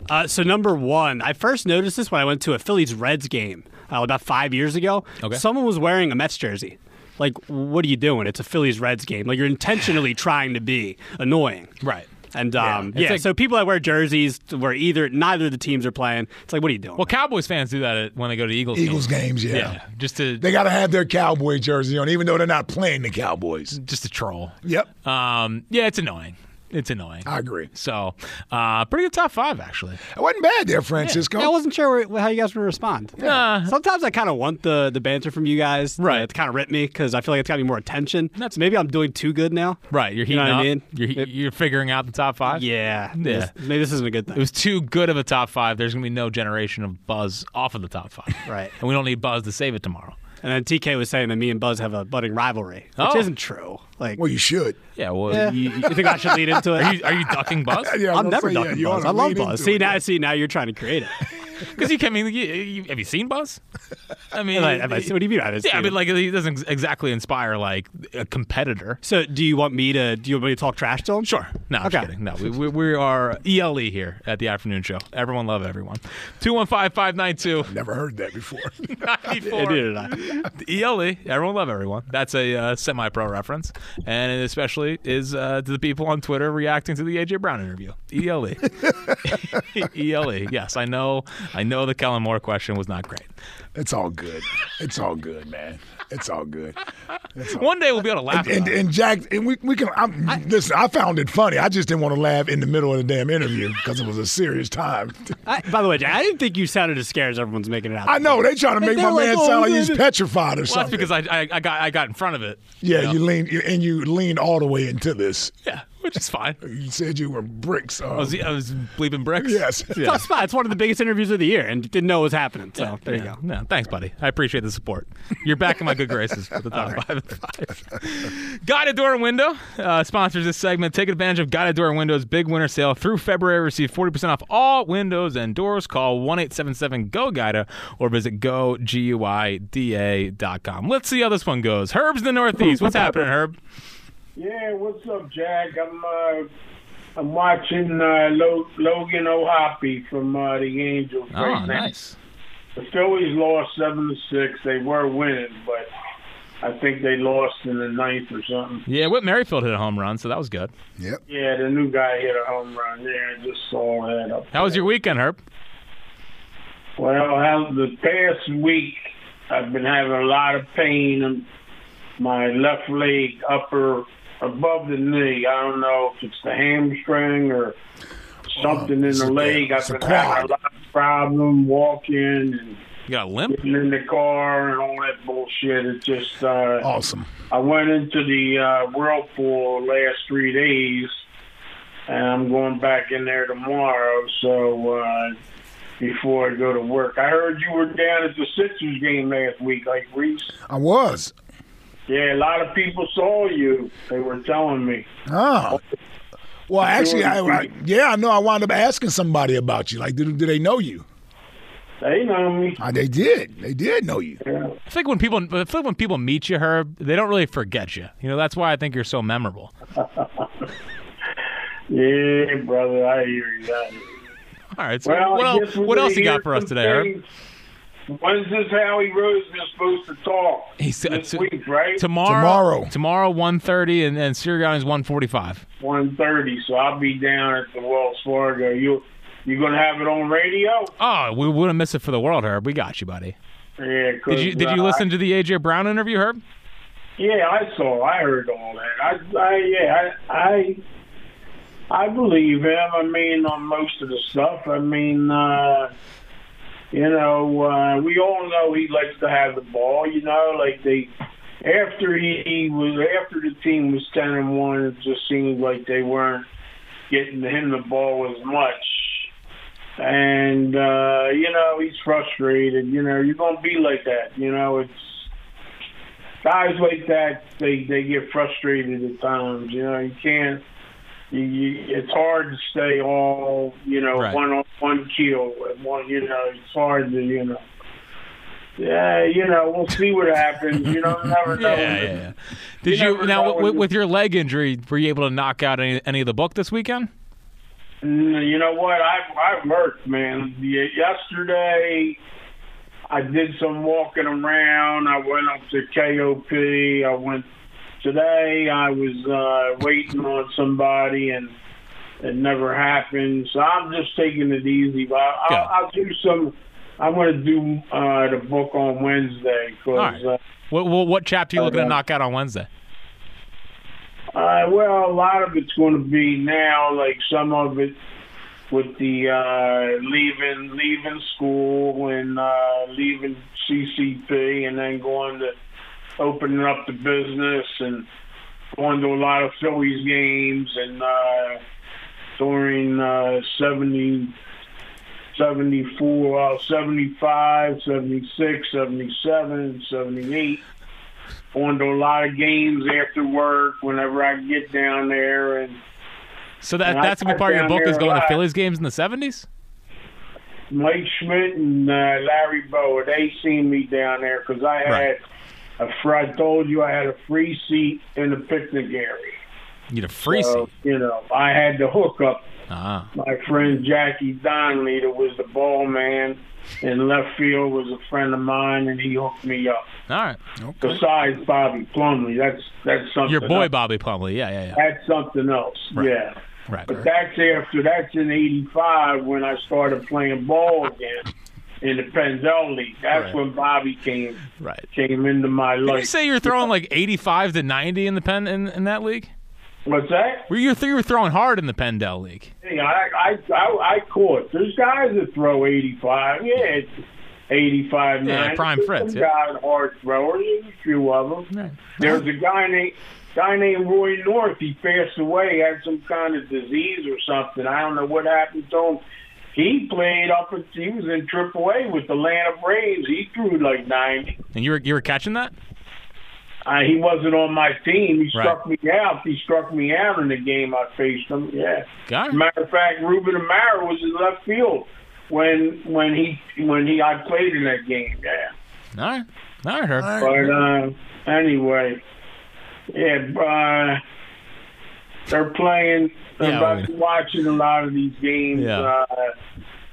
[SPEAKER 4] Uh, so number one, I first noticed this when I went to a Phillies Reds game uh, about five years ago.
[SPEAKER 2] Okay.
[SPEAKER 4] Someone was wearing a Mets jersey. Like, what are you doing? It's a Phillies Reds game. Like, you're intentionally trying to be annoying.
[SPEAKER 2] Right.
[SPEAKER 4] And
[SPEAKER 2] Yeah.
[SPEAKER 4] um,
[SPEAKER 2] It's
[SPEAKER 4] yeah,
[SPEAKER 2] like-
[SPEAKER 4] so people that wear jerseys where either neither of the teams are playing, it's like, what are you doing?
[SPEAKER 2] Well, Cowboys fans do that at- when they go to Eagles.
[SPEAKER 3] Eagles games, yeah.
[SPEAKER 2] Yeah. Just to
[SPEAKER 3] They got to have their cowboy jersey on, even though they're not playing the Cowboys.
[SPEAKER 2] just to troll.
[SPEAKER 3] Yep,
[SPEAKER 2] Um, yeah, it's annoying. It's annoying.
[SPEAKER 3] I agree.
[SPEAKER 2] So, uh, pretty good top five actually.
[SPEAKER 3] It wasn't bad there, Francisco.
[SPEAKER 4] Yeah, I wasn't sure where, how you guys would respond.
[SPEAKER 2] Nah.
[SPEAKER 4] Sometimes I kind of want the, the banter from you guys,
[SPEAKER 2] Right.
[SPEAKER 4] To kind of rip me because I feel like it's got me more attention.
[SPEAKER 2] That's-
[SPEAKER 4] maybe I'm doing too good now.
[SPEAKER 2] Right, you're
[SPEAKER 4] You
[SPEAKER 2] heating
[SPEAKER 4] know what I
[SPEAKER 2] up.
[SPEAKER 4] mean?
[SPEAKER 2] You're he- you're figuring out the top five.
[SPEAKER 4] Yeah, This- maybe this isn't a good
[SPEAKER 2] It
[SPEAKER 4] thing.
[SPEAKER 2] was too good of a top five. There's gonna be no generation of buzz off of the top five.
[SPEAKER 4] Right.
[SPEAKER 2] And we don't need buzz to save it tomorrow.
[SPEAKER 4] And then TK was saying that me and Buzz have a budding rivalry, which
[SPEAKER 2] Oh.
[SPEAKER 4] isn't true. Like,
[SPEAKER 3] Well, you should.
[SPEAKER 2] Yeah. Well,
[SPEAKER 4] yeah.
[SPEAKER 2] You,
[SPEAKER 4] you, you think I should lead into
[SPEAKER 2] are
[SPEAKER 4] it?
[SPEAKER 2] you are you ducking buzz?
[SPEAKER 3] Yeah, I was gonna
[SPEAKER 4] I'm never
[SPEAKER 3] say, yeah,
[SPEAKER 4] ducking
[SPEAKER 3] you
[SPEAKER 4] Buzz.
[SPEAKER 3] oughta
[SPEAKER 4] I love
[SPEAKER 3] lean
[SPEAKER 4] Buzz.
[SPEAKER 3] into
[SPEAKER 4] See
[SPEAKER 3] it.
[SPEAKER 4] now, see now, you're trying to create it.
[SPEAKER 2] Because you can. I mean, you, you, have you seen Buzz? I mean,
[SPEAKER 4] Like, am I- what do you mean? I haven't
[SPEAKER 2] yeah, I
[SPEAKER 4] seen
[SPEAKER 2] mean,
[SPEAKER 4] it?
[SPEAKER 2] like he doesn't ex- exactly inspire like a competitor.
[SPEAKER 4] so do you want me to? Do you want me to talk trash to him?
[SPEAKER 2] Sure. No, I'm just
[SPEAKER 4] Okay.
[SPEAKER 2] kidding. No, we, we, we are ELE here at the afternoon show. Everyone love everyone. 215 592
[SPEAKER 3] Never heard that before.
[SPEAKER 4] I did it. I-
[SPEAKER 2] ELE, E everyone love everyone. That's a uh, semi pro reference. And it especially is uh, to the people on Twitter reacting to the AJ Brown interview. E ELE. ELE. E Yes, I know. I know the Kellen Moore question was not great.
[SPEAKER 3] it's all good. It's all good, man. It's all good. It's all
[SPEAKER 2] One day we'll be able to laugh.
[SPEAKER 3] and,
[SPEAKER 2] about it.
[SPEAKER 3] and Jack, and we, we can. I'm, listen, I found it funny. I just didn't want to laugh in the middle of the damn interview because it was a serious time.
[SPEAKER 4] I, by the way, Jack, I didn't think you sounded as scared as everyone's making it out.
[SPEAKER 3] I know they trying to
[SPEAKER 4] They-
[SPEAKER 3] make
[SPEAKER 4] they're
[SPEAKER 3] my
[SPEAKER 4] like,
[SPEAKER 3] man
[SPEAKER 4] "Oh,
[SPEAKER 3] sound like
[SPEAKER 4] we
[SPEAKER 3] he's
[SPEAKER 4] did it."
[SPEAKER 3] petrified or
[SPEAKER 2] Well, that's
[SPEAKER 3] something.
[SPEAKER 2] because I, I, I got I got in front of it.
[SPEAKER 3] yeah,
[SPEAKER 2] know?
[SPEAKER 3] you lean you- and you leaned all the way into this.
[SPEAKER 2] Yeah, which is fine. I
[SPEAKER 3] You said you were bricks. Uh,
[SPEAKER 2] was, I was bleeping bricks.
[SPEAKER 3] yes.
[SPEAKER 4] Tough spot. It's one of the biggest interviews of the year, and didn't know it was happening. So there you
[SPEAKER 2] Yeah.
[SPEAKER 4] go.
[SPEAKER 2] No, thanks, buddy. I appreciate the support. You're back in my good graces for the top five and five. Guided Door and Window uh, sponsors this segment. Take advantage of Guided Door and Window's big winter sale through February. Receive 40% off all windows and doors. Call 1 877 GO GUIDA or visit goguida.com. Let's see how this one goes. Herb's in the Northeast. What's happening, Herb?
[SPEAKER 5] Yeah, what's up, Jack? I'm uh, I'm watching uh, Lo- Logan O'Hoppy from uh, the Angels.
[SPEAKER 2] Ah, Oh,
[SPEAKER 5] right now. The Phillies lost seven to six. They were winning, but I think they lost in the ninth or something.
[SPEAKER 2] Yeah, Whit Merrifield hit a home run, so that was good.
[SPEAKER 3] Yep.
[SPEAKER 5] Yeah, the new guy hit a home run. Yeah, I just saw that up.
[SPEAKER 2] How was your weekend, Herb?
[SPEAKER 5] Well, how the past week I've been having a lot of pain in my left leg, upper above the knee. I don't know if it's the hamstring or something in
[SPEAKER 3] it's
[SPEAKER 5] the
[SPEAKER 3] a-
[SPEAKER 5] leg. I've
[SPEAKER 3] it's a
[SPEAKER 5] been having a
[SPEAKER 3] quad.
[SPEAKER 5] lot of problem walking and
[SPEAKER 2] You got a limp?
[SPEAKER 5] getting in the car and all that bullshit. It just uh,
[SPEAKER 3] Awesome.
[SPEAKER 5] I went into the uh, whirlpool last three days, and I'm going back in there tomorrow. So uh, before I go to work, I heard you were down at the Sixers game last week, like Reese.
[SPEAKER 3] I was.
[SPEAKER 5] Yeah, a lot of people saw you. They were telling me.
[SPEAKER 3] Oh. Well, actually, I, I yeah, I know. I wound up asking somebody about you. Like, do, do they know you?
[SPEAKER 5] They know me.
[SPEAKER 3] Uh, they did. They did know you.
[SPEAKER 5] Yeah.
[SPEAKER 2] I think when people, I feel like when people meet you, Herb, they don't really forget you. You know, that's why I think you're so memorable.
[SPEAKER 5] yeah, brother, I hear you. I hear you.
[SPEAKER 2] All right. So
[SPEAKER 5] Well,
[SPEAKER 2] what
[SPEAKER 5] I
[SPEAKER 2] else?
[SPEAKER 5] guess we're
[SPEAKER 2] What
[SPEAKER 5] gonna
[SPEAKER 2] else you
[SPEAKER 5] hear
[SPEAKER 2] got for us
[SPEAKER 5] some
[SPEAKER 2] today, Herb?
[SPEAKER 5] things. When's this Howie Roseman supposed to talk?
[SPEAKER 2] He said
[SPEAKER 5] this
[SPEAKER 2] uh, to-
[SPEAKER 5] week, right?
[SPEAKER 2] Tomorrow.
[SPEAKER 3] Tomorrow.
[SPEAKER 2] Tomorrow, one thirty, and and Sirianni's one forty-five.
[SPEAKER 5] one thirty, so I'll be down at the Wells Fargo. You you gonna have it on radio?
[SPEAKER 2] Oh, we wouldn't miss it for the world, Herb. We got you, buddy.
[SPEAKER 5] Yeah, 'cause,
[SPEAKER 2] Did you Did you
[SPEAKER 5] uh,
[SPEAKER 2] listen to the AJ Brown interview, Herb?
[SPEAKER 5] yeah, I saw, I heard all that. I, I yeah, I, I I believe him. I mean, on most of the stuff. I mean, uh, you know, uh, we all know he likes to have the ball. You know, like they after he, he was after the team was ten and one, it just seemed like they weren't getting him the ball as much. And uh, you know, he's frustrated. You know, you're gonna be like that. You know, it's guys like that. They they get frustrated at times. You know, you can't. You, you, it's hard to stay all you know
[SPEAKER 2] Right.
[SPEAKER 5] one on one keel and one. You know, it's hard to you know. Yeah, you know, we'll see what happens. You know, never know.
[SPEAKER 2] Yeah, yeah, yeah. Did
[SPEAKER 5] You
[SPEAKER 2] you,
[SPEAKER 5] never
[SPEAKER 2] now
[SPEAKER 5] know
[SPEAKER 2] w-
[SPEAKER 5] when-
[SPEAKER 2] with your leg injury? Were you able to knock out any, any of the book this weekend?
[SPEAKER 5] Mm, You know what? I I worked, man. Ye- Yesterday, I did some walking around. I went up to KOP. I went today. I was uh, waiting on somebody, and it never happened. So I'm just taking it easy. But I,
[SPEAKER 2] Good.
[SPEAKER 5] I'll, I'll do some. I'm going to do uh, the book on Wednesday uh,
[SPEAKER 2] All
[SPEAKER 5] because.
[SPEAKER 2] right. What what, what chapter are you looking to
[SPEAKER 5] Okay.
[SPEAKER 2] knock out on Wednesday?
[SPEAKER 5] Uh, well, a lot of it's going to be now, like some of it with the uh, leaving leaving school and uh, leaving CCP, and then going to opening up the business and going to a lot of Phillies games and uh, during uh, 70, 74, uh, 75, 76, 77, 78 going to a lot of games after work whenever I get down there and
[SPEAKER 2] So that
[SPEAKER 5] And I
[SPEAKER 2] that's gonna be part of your
[SPEAKER 5] down
[SPEAKER 2] book
[SPEAKER 5] here
[SPEAKER 2] is going to
[SPEAKER 5] alive.
[SPEAKER 2] Phillies games in the seventies.
[SPEAKER 5] Mike Schmidt and uh, Larry Boa they seen me down there because I had
[SPEAKER 2] Right.
[SPEAKER 5] a fr- I told you I had a free seat in the picnic area
[SPEAKER 2] You need a free
[SPEAKER 5] so
[SPEAKER 2] seat.
[SPEAKER 5] you know I had to hook up
[SPEAKER 2] Ah,
[SPEAKER 5] my friend Jackie Donnelly that was the ball man in left field was a friend of mine and he hooked me up
[SPEAKER 2] all right.
[SPEAKER 5] besides Bobby Plumley that's that's something
[SPEAKER 2] Your boy
[SPEAKER 5] else.
[SPEAKER 2] Bobby Plumley. Yeah, yeah, yeah.
[SPEAKER 5] that's something else yeah
[SPEAKER 2] Right.
[SPEAKER 5] But that's after that's in '85 when I started playing ball again in the Penzel League. That's
[SPEAKER 2] Right.
[SPEAKER 5] when Bobby came
[SPEAKER 2] Right.
[SPEAKER 5] came into my
[SPEAKER 2] Did you
[SPEAKER 5] life.
[SPEAKER 2] say you were throwing like eighty-five to ninety in the pen in, in that league?
[SPEAKER 5] What's that?
[SPEAKER 2] Were you, you were throwing hard in the Pendel league?
[SPEAKER 5] Hey, I, I I I caught. There's guys that throw 85. Yeah, it's 85,
[SPEAKER 2] Yeah,
[SPEAKER 5] 90.
[SPEAKER 2] prime
[SPEAKER 5] There's
[SPEAKER 2] Fritz,
[SPEAKER 5] Some
[SPEAKER 2] yeah.
[SPEAKER 5] guys hard throwers. There's a few of them. There's a guy named guy named Roy North. He passed away. Had some kind of disease or something. I don't know what happened to him. He played up. At, he was in Triple A with the Atlanta Braves. He threw like ninety.
[SPEAKER 2] And you were you were catching that?
[SPEAKER 5] Uh, he wasn't on my team. He
[SPEAKER 2] Right.
[SPEAKER 5] struck me out. He struck me out in the game I faced him. Yeah.
[SPEAKER 2] Got it.
[SPEAKER 5] Matter of fact, Ruben Amaro was in left field when when he when he I played in that game. Yeah.
[SPEAKER 2] All right. All right, Herb.
[SPEAKER 5] But uh, anyway, yeah, uh, they're playing. They're
[SPEAKER 2] Yeah,
[SPEAKER 5] about
[SPEAKER 2] we-
[SPEAKER 5] to be watching a lot of these games.
[SPEAKER 2] Yeah.
[SPEAKER 5] Uh,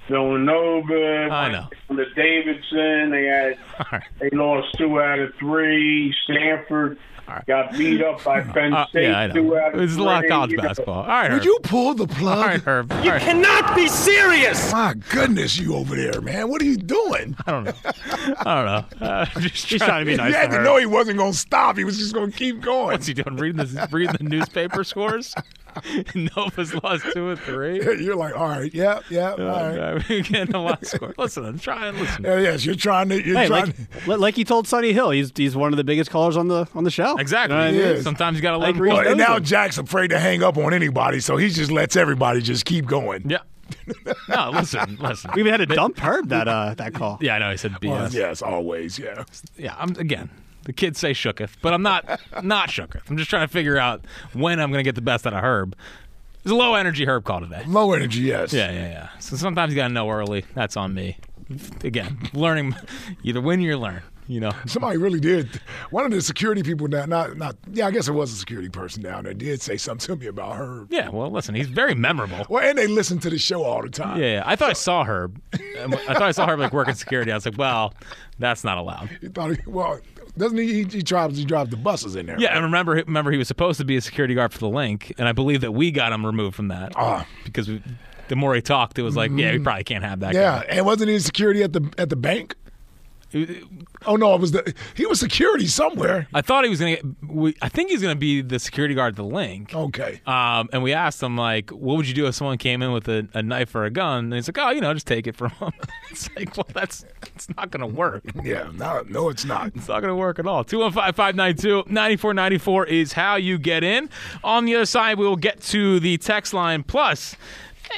[SPEAKER 5] Villanova,
[SPEAKER 2] I know.
[SPEAKER 5] the Davidson. They had
[SPEAKER 2] All right.
[SPEAKER 5] they lost two out of three. Stanford
[SPEAKER 2] All right.
[SPEAKER 5] got beat up by Penn
[SPEAKER 2] Uh,
[SPEAKER 5] State.
[SPEAKER 2] yeah, I know.
[SPEAKER 5] Two out of
[SPEAKER 2] It was a lot of
[SPEAKER 5] three,
[SPEAKER 2] college
[SPEAKER 5] you know.
[SPEAKER 2] basketball. All right, Herb.
[SPEAKER 3] Would you pull the
[SPEAKER 2] All right,
[SPEAKER 3] plug?
[SPEAKER 2] Herb. All right.
[SPEAKER 4] Cannot be serious.
[SPEAKER 3] My goodness, you over there, man. What are you doing?
[SPEAKER 2] I don't know. I don't know. Uh, just
[SPEAKER 4] He's trying to be nice
[SPEAKER 3] you had
[SPEAKER 4] to
[SPEAKER 3] to
[SPEAKER 4] her.
[SPEAKER 3] know he wasn't going to stop. He was just going to keep going.
[SPEAKER 2] What's he doing? Reading the reading the newspaper scores. Nova's lost two or three.
[SPEAKER 3] You're like, all right, yeah, yeah, all right.
[SPEAKER 2] Uh, we're getting a lot of scores. Listen, I'm trying. Listen.
[SPEAKER 3] Yeah, yes, you're trying to. You're
[SPEAKER 4] Hey,
[SPEAKER 3] trying.
[SPEAKER 4] like,
[SPEAKER 3] to,
[SPEAKER 4] li- like he told Sonny Hill, he's he's one of the biggest callers on the on the show.
[SPEAKER 2] Exactly.
[SPEAKER 4] You know what I mean?
[SPEAKER 3] Yeah. is.
[SPEAKER 2] Sometimes you got to
[SPEAKER 4] I
[SPEAKER 2] let. 'em
[SPEAKER 4] agree.
[SPEAKER 2] go.
[SPEAKER 3] Well,
[SPEAKER 4] Well,
[SPEAKER 3] and now
[SPEAKER 4] those are-
[SPEAKER 3] Jack's afraid to hang up on anybody, so he just lets everybody just keep going.
[SPEAKER 2] Yeah. No, listen, listen.
[SPEAKER 4] We even had to dump Herb that uh that call.
[SPEAKER 2] Yeah, I know. I said BS.
[SPEAKER 3] Well,
[SPEAKER 2] yeah.
[SPEAKER 3] yes, always. Yeah.
[SPEAKER 2] I'm again. The kids say shooketh, but I'm not not shooketh. I'm just trying to figure out when I'm going to get the best out of Herb. It's a low energy Herb call today.
[SPEAKER 3] Low energy. Yes.
[SPEAKER 2] Yeah, yeah, yeah. So sometimes you got to know early. That's on me. Again, learning either win or you learn. You know.
[SPEAKER 3] Somebody really did. One of the security people down, not, not, yeah, I guess it was a security person down there, did say something to me about Herb.
[SPEAKER 2] Yeah. Well, listen, he's very memorable.
[SPEAKER 3] Well, and they listen to the show all the time.
[SPEAKER 2] Yeah, yeah. I thought I saw Herb. I thought I saw Herb like working security. I was like, well, that's not allowed.
[SPEAKER 3] He thought, he, well, doesn't he? He, he drives, he drives the buses in there.
[SPEAKER 2] Yeah, and remember, remember, he was supposed to be a security guard for the link, and I believe that we got him removed from that
[SPEAKER 3] Ah.
[SPEAKER 2] because we, the more he talked, it was like, yeah, we probably can't have that.
[SPEAKER 3] Yeah,
[SPEAKER 2] guy.
[SPEAKER 3] and wasn't he security at the at the bank? Oh no, it was the he was security somewhere.
[SPEAKER 2] I thought he was gonna. Get, we, I think he's gonna be the security guard at the link.
[SPEAKER 3] Okay.
[SPEAKER 2] Um, and we asked him like, "What would you do if someone came in with a, a knife or a gun?" And he's like, "Oh, you know, just take it from him." it's like, well, that's it's not gonna work.
[SPEAKER 3] Yeah. No, no, it's not.
[SPEAKER 2] It's not gonna work at all. 215-592-9494 is how you get in. On the other side, we will get to the text line. Plus,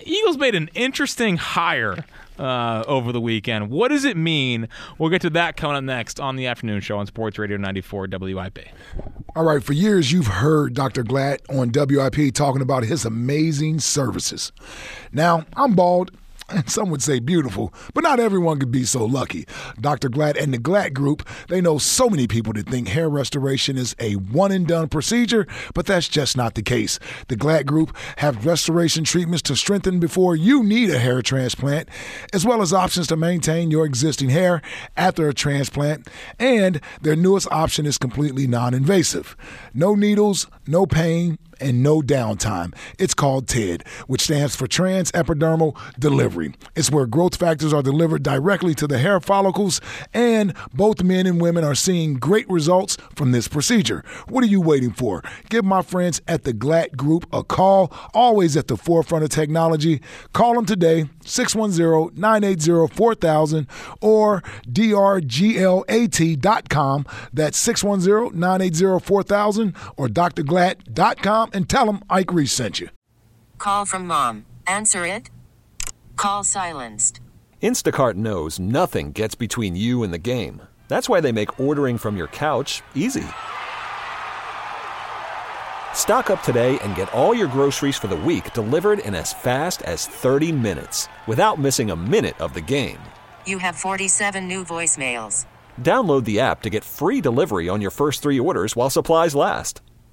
[SPEAKER 2] Eagles made an interesting hire uh, over the weekend. What does it mean? We'll get to that coming up next on the afternoon show on Sports Radio 94 WIP.
[SPEAKER 3] All right, for years you've heard Dr. Glad on WIP talking about his amazing services. Now, I'm bald. And some would say beautiful, but not everyone could be so lucky. Dr. Glad and the Glad Group, they know so many people that think hair restoration is a one and done procedure, but that's just not the case. The Glad Group have restoration treatments to strengthen before you need a hair transplant, as well as options to maintain your existing hair after a transplant, and their newest option is completely non invasive. No needles, no pain, and no downtime. It's called TED, which stands for Trans Epidermal Delivery. It's where growth factors are delivered directly to the hair follicles, and both men and women are seeing great results from this procedure. What are you waiting for? Give my friends at the Glad Group a call, always at the forefront of technology. Call them today, 610 980 4000 or drglat.com. That's 610 980 4000 or drglad.com and tell them Ike Reese sent you.
[SPEAKER 6] Call from mom. Answer it. Call silenced.
[SPEAKER 7] Instacart knows nothing gets between you and the game. That's why they make ordering from your couch easy. Stock up today and get all your groceries for the week delivered in as fast as 30 minutes without missing a minute of the game.
[SPEAKER 6] You have 47 new voicemails.
[SPEAKER 7] Download the app to get free delivery on your first three orders while supplies last.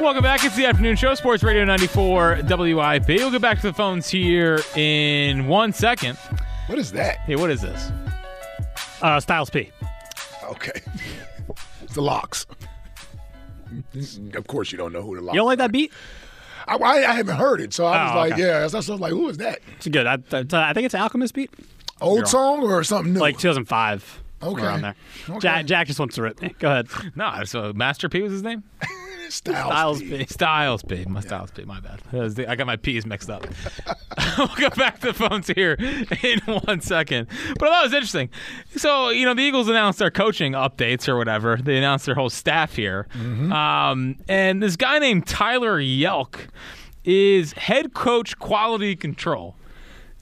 [SPEAKER 2] Welcome back. It's the afternoon show, Sports Radio 94 WIP. We'll get back to the phones here in one second.
[SPEAKER 3] What is that?
[SPEAKER 2] Hey, what is this?
[SPEAKER 4] Uh, Styles P.
[SPEAKER 3] Okay. it's the locks. Of course, you don't know who the locks.
[SPEAKER 4] You don't like that beat?
[SPEAKER 3] I, I, I haven't heard it, so I was
[SPEAKER 4] Oh,
[SPEAKER 3] like,
[SPEAKER 4] okay.
[SPEAKER 3] yeah. So I was like, who is that?
[SPEAKER 4] It's good. I, I, I think it's Alchemist beat,
[SPEAKER 3] Old song or something new?
[SPEAKER 4] like 2005.
[SPEAKER 3] Okay.
[SPEAKER 4] Around there.
[SPEAKER 3] Okay.
[SPEAKER 4] Jack, Jack just wants to rip. me. Go ahead.
[SPEAKER 2] No, so uh, Master P was his name?
[SPEAKER 3] Styles.
[SPEAKER 4] Styles
[SPEAKER 3] P.
[SPEAKER 4] P.
[SPEAKER 2] Styles P. My Styles P. My bad. That was the- I got my P's mixed up. we'll go back to the phones here in one second. But that was interesting. So you know the Eagles announced their coaching updates or whatever. They announced their whole staff here, um, and this guy named Tyler Yelk is head coach quality control.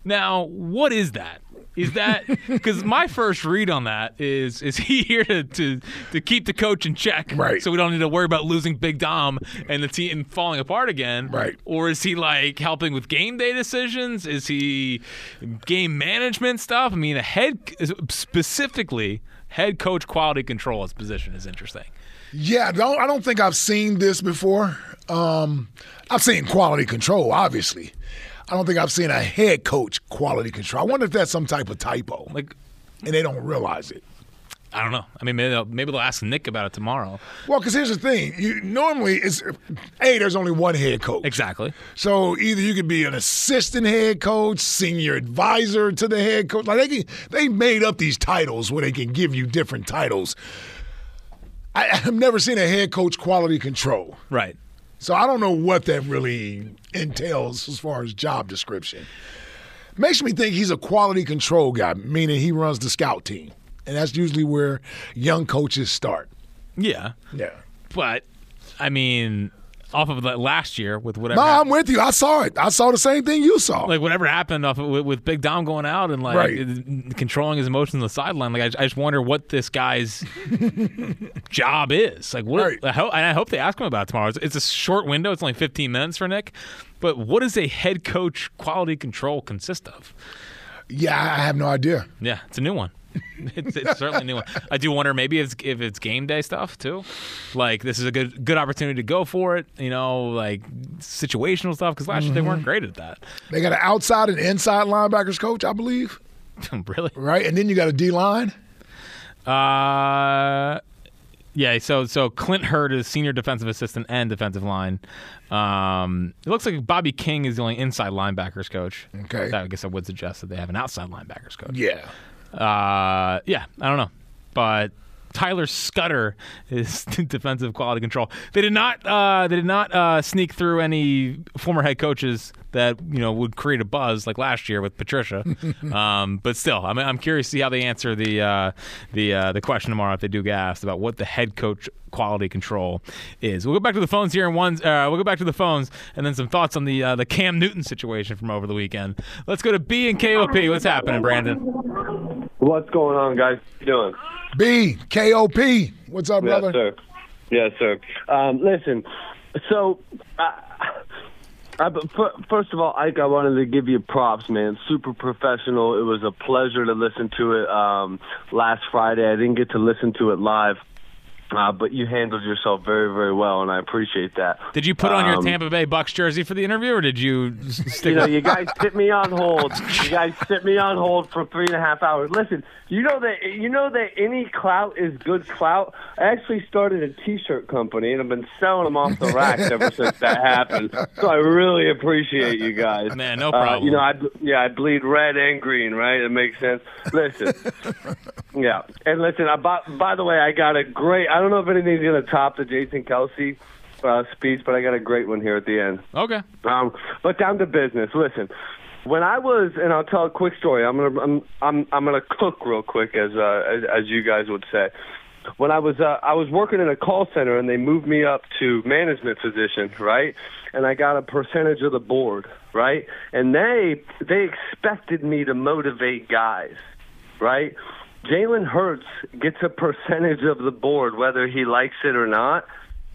[SPEAKER 2] Now, what is that? Is that because my first read on that is is he here to, to to keep the coach in check,
[SPEAKER 3] Right.
[SPEAKER 2] So we don't need to worry about losing Big Dom and the team falling apart again,
[SPEAKER 3] Right.
[SPEAKER 2] Or is he like helping with game day decisions? Is he game management stuff? I mean, a head specifically head coach quality control as position is interesting.
[SPEAKER 3] Yeah, I don't, I don't think I've seen this before. Um, I've seen quality control, obviously. I don't think I've seen a head coach quality control. I wonder if that's some type of typo,
[SPEAKER 2] Like
[SPEAKER 3] and they don't realize it.
[SPEAKER 2] I don't know. I mean, maybe they'll, maybe they'll ask Nick about it tomorrow.
[SPEAKER 3] Well, because here's the thing: you normally it's a. There's only one head coach.
[SPEAKER 2] Exactly.
[SPEAKER 3] So either you could be an assistant head coach, senior advisor to the head coach. Like they can, they made up these titles where they can give you different titles. I, I've never seen a head coach quality control,
[SPEAKER 2] Right.
[SPEAKER 3] so I don't know what that really entails as far as job description. Makes me think he's a quality control guy, meaning he runs the scout team, and that's usually where young coaches start.
[SPEAKER 2] Yeah.
[SPEAKER 3] Yeah.
[SPEAKER 2] But I mean, off of that last year with whatever.
[SPEAKER 3] No,
[SPEAKER 2] happened.
[SPEAKER 3] I'm with you. I saw it. I saw the same thing you saw.
[SPEAKER 2] like whatever happened off of, with, with Big Dom going out and like
[SPEAKER 3] Right.
[SPEAKER 2] it- controlling his emotions on the sideline. Like I, just- I just wonder what this guy's job is. Like what? I hope, and I hope they ask him about it tomorrow. It's, it's a short window. It's only 15 minutes for Nick. But what does a head coach quality control consist of?
[SPEAKER 3] Yeah, I have no idea.
[SPEAKER 2] Yeah, it's a new one. it's, it's certainly a new one. I do wonder maybe if it's, if it's game day stuff too. Like this is a good good opportunity to go for it. You know, like situational stuff because last year they weren't great at that.
[SPEAKER 3] They got an outside and inside linebackers coach, I believe.
[SPEAKER 2] really?
[SPEAKER 3] Right, and then you got a D line.
[SPEAKER 2] Uh, yeah. So so Clint Hurd is senior defensive assistant and defensive line. Um, it looks like Bobby King is the only inside linebackers coach.
[SPEAKER 3] Okay.
[SPEAKER 2] I guess I would suggest that they have an outside linebackers coach.
[SPEAKER 3] Yeah.
[SPEAKER 2] Uh, yeah. I don't know, but. Tyler Scudder is defensive quality control. They did not. Uh, they did not uh, sneak through any former head coaches that you know would create a buzz like last year with Patricia. um, but still, I'm, I'm curious to see how they answer the uh, the uh, the question tomorrow if they do get asked about what the head coach quality control is. We'll go back to the phones here and one. Uh, we'll go back to the phones and then some thoughts on the uh, the Cam Newton situation from over the weekend. Let's go to B and KOP. What's happening, Brandon?
[SPEAKER 5] What's going on, guys? How you doing?
[SPEAKER 3] B K O P. What's up,
[SPEAKER 5] yes,
[SPEAKER 3] brother?
[SPEAKER 5] sir. Yes, sir. Um, listen, so I, I, but fir- first of all, Ike, I wanted to give you props, man. Super professional. It was a pleasure to listen to it um, last Friday. I didn't get to listen to it live, uh, but you handled yourself very, very well, and I appreciate that.
[SPEAKER 2] Did you put on your
[SPEAKER 5] Um,
[SPEAKER 2] Tampa Bay Bucks jersey for the interview, or did you s- stick?
[SPEAKER 5] You know,
[SPEAKER 2] with-
[SPEAKER 5] you guys sit me on hold. You guys sit me on hold for three and a half hours. Listen, you know that you know that any clout is good clout. I actually started a T-shirt company and I've been selling them off the rack ever since that happened. So I really appreciate you guys,
[SPEAKER 2] man. No
[SPEAKER 5] problem. Uh, you know, I bl- yeah, I bleed red and green, right? It makes sense. Listen, yeah, and listen. I bought, by the way, I got a great. I don't know if anything's gonna top the Jason Kelsey uh, speech, but I got a great one here at the end.
[SPEAKER 2] Okay.
[SPEAKER 5] Um, but down to business. Listen, when I was, and I'll tell a quick story. I'm gonna, I'm, I'm, I'm gonna cook real quick, as, uh, as, as you guys would say. When I was, uh, I was working in a call center, and they moved me up to management position, right? And I got a percentage of the board, right? And they, they expected me to motivate guys, right? Jalen Hurts gets a percentage of the board, whether he likes it or not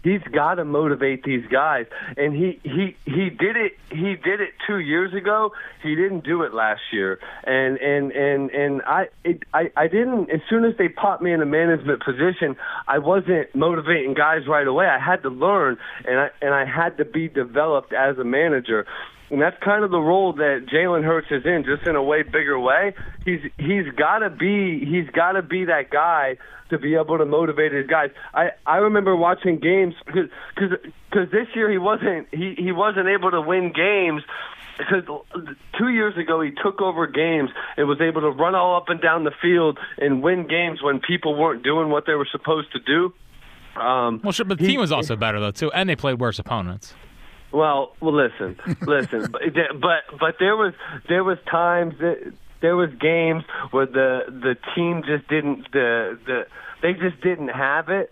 [SPEAKER 5] he's got to motivate these guys and he he he did it he did it 2 years ago he didn't do it last year and and and and I it, I I didn't as soon as they popped me in a management position I wasn't motivating guys right away I had to learn and I and I had to be developed as a manager and that's kind of the role that Jalen Hurts is in, just in a way bigger way. He's he's got to be he's got to be that guy to be able to motivate his guys. I I remember watching games because because this year he wasn't he he wasn't able to win games because two years ago he took over games and was able to run all up and down the field and win games when people weren't doing what they were supposed to do. Um,
[SPEAKER 2] Well, sure, but the team was also better though too, and they played worse opponents.
[SPEAKER 5] Well, well, listen, listen, but but but there was there was times that there was games where the the team just didn't the the they just didn't have it,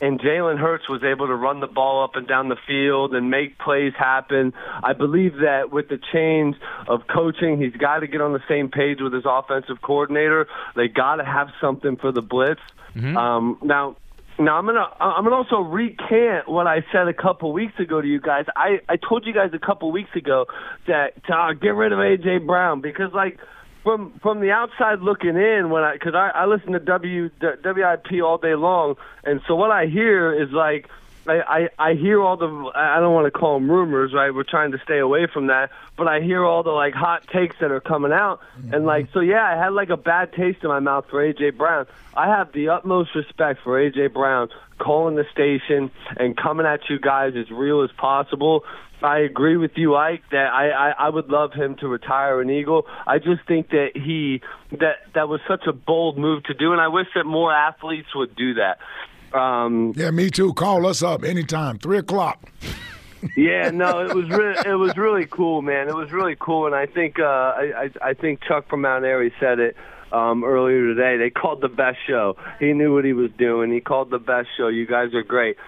[SPEAKER 5] and Jalen Hurts was able to run the ball up and down the field and make plays happen. I believe that with the change of coaching, he's got to get on the same page with his offensive coordinator. They got to have something for the blitz.
[SPEAKER 2] Mm-hmm.
[SPEAKER 5] Um, now, now I'm gonna I'm gonna also recant what I said a couple weeks ago to you guys. I I told you guys a couple weeks ago that uh, get rid of AJ Brown because like from from the outside looking in when I because I, I listen to W WIP all day long and so what I hear is like I, I I hear all the I don't want to call them rumors, right? We're trying to stay away from that, but I hear all the like hot takes that are coming out, and like so yeah, I had like a bad taste in my mouth for AJ Brown. I have the utmost respect for AJ Brown calling the station and coming at you guys as real as possible. I agree with you, Ike, that I, I, I would love him to retire an Eagle. I just think that he that that was such a bold move to do, and I wish that more athletes would do that. Um,
[SPEAKER 3] Yeah, me too. Call us up anytime. Three o'clock.
[SPEAKER 5] yeah, no, it was re- it was really cool, man. It was really cool, and I think uh, I, I I think Chuck from Mount Airy said it um, earlier today. They called the best show. He knew what he was doing. He called the best show. You guys are great.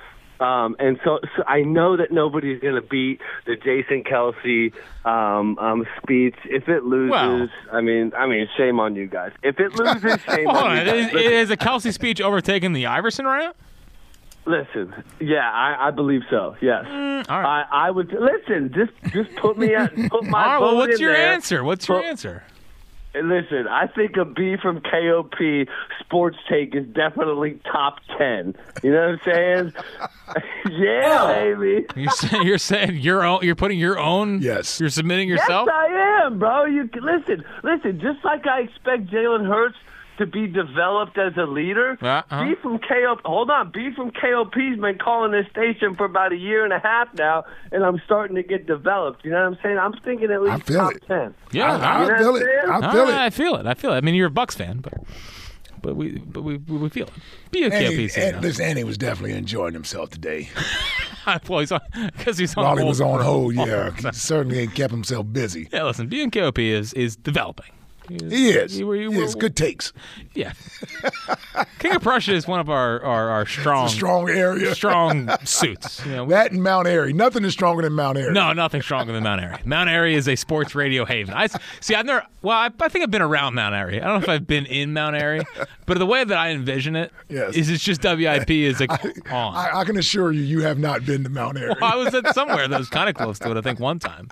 [SPEAKER 8] Um, and so, so I know that nobody's going to beat the Jason Kelsey um, um, speech. If it loses,
[SPEAKER 2] Well-
[SPEAKER 8] I mean, I mean, shame on you guys. If it loses, shame
[SPEAKER 2] Hold on,
[SPEAKER 8] on you guys.
[SPEAKER 2] Oh, is, is a Kelsey speech overtaking the Iverson round?
[SPEAKER 8] Listen, yeah, I, I believe so. Yes,
[SPEAKER 2] Mm.
[SPEAKER 8] I, I would listen. Just just put me at put my.
[SPEAKER 2] All right, well,
[SPEAKER 8] vote
[SPEAKER 2] what's
[SPEAKER 8] in
[SPEAKER 2] your
[SPEAKER 8] there.
[SPEAKER 2] answer? What's your
[SPEAKER 8] Put-
[SPEAKER 2] answer?
[SPEAKER 8] Listen, I think a B from KOP sports take is definitely top ten. You know what I'm saying? yeah, baby.
[SPEAKER 2] You're saying you're saying your own. You're putting your own. Yes. You're submitting yourself.
[SPEAKER 8] Yes, I am, bro. Oh, You c- listen, listen. Just like I expect Jalen Hurts to be developed as a leader,
[SPEAKER 2] Uh-huh.
[SPEAKER 8] B from KOP. Hold on, B from KOP's been calling this station for about a year and a half now, and I'm starting to get developed. You know what I'm saying? I'm thinking at least
[SPEAKER 2] feel
[SPEAKER 8] top
[SPEAKER 2] it.
[SPEAKER 8] ten.
[SPEAKER 2] Yeah,
[SPEAKER 8] You know what I'm saying?
[SPEAKER 2] All right, I feel it. I feel it. I mean, you're a Bucks fan, but but we but we we feel it. Be a
[SPEAKER 3] And
[SPEAKER 2] KOP
[SPEAKER 3] he-
[SPEAKER 2] fan.
[SPEAKER 3] and- listen, Andy was definitely enjoying himself today.
[SPEAKER 2] well, he's on because he's on
[SPEAKER 3] While
[SPEAKER 2] hold.
[SPEAKER 3] he was on hold,
[SPEAKER 2] Oh.
[SPEAKER 3] yeah. He certainly kept himself busy.
[SPEAKER 2] Yeah, listen, being KOP is is developing.
[SPEAKER 3] He is.
[SPEAKER 2] You were- you
[SPEAKER 3] He
[SPEAKER 2] were-
[SPEAKER 3] is. Good takes.
[SPEAKER 2] Yeah. King of Prussia is one of our our, our strong
[SPEAKER 3] strong area.
[SPEAKER 2] Oh. strong suits. You know,
[SPEAKER 3] That and Mount Airy. Nothing is stronger than Mount Airy.
[SPEAKER 2] No, nothing stronger than Mount Airy. Mount Airy is a sports radio haven. I s- see. I've never. Well, I, I think I've been around Mount Airy. I don't know if I've been in Mount Airy, but the way that I envision it is
[SPEAKER 3] Yes.
[SPEAKER 2] it's just WIP is like on.
[SPEAKER 3] I, I can assure you, you have not been to Mount Airy.
[SPEAKER 2] Well, I was at somewhere that was kind of close to it, I think, one time.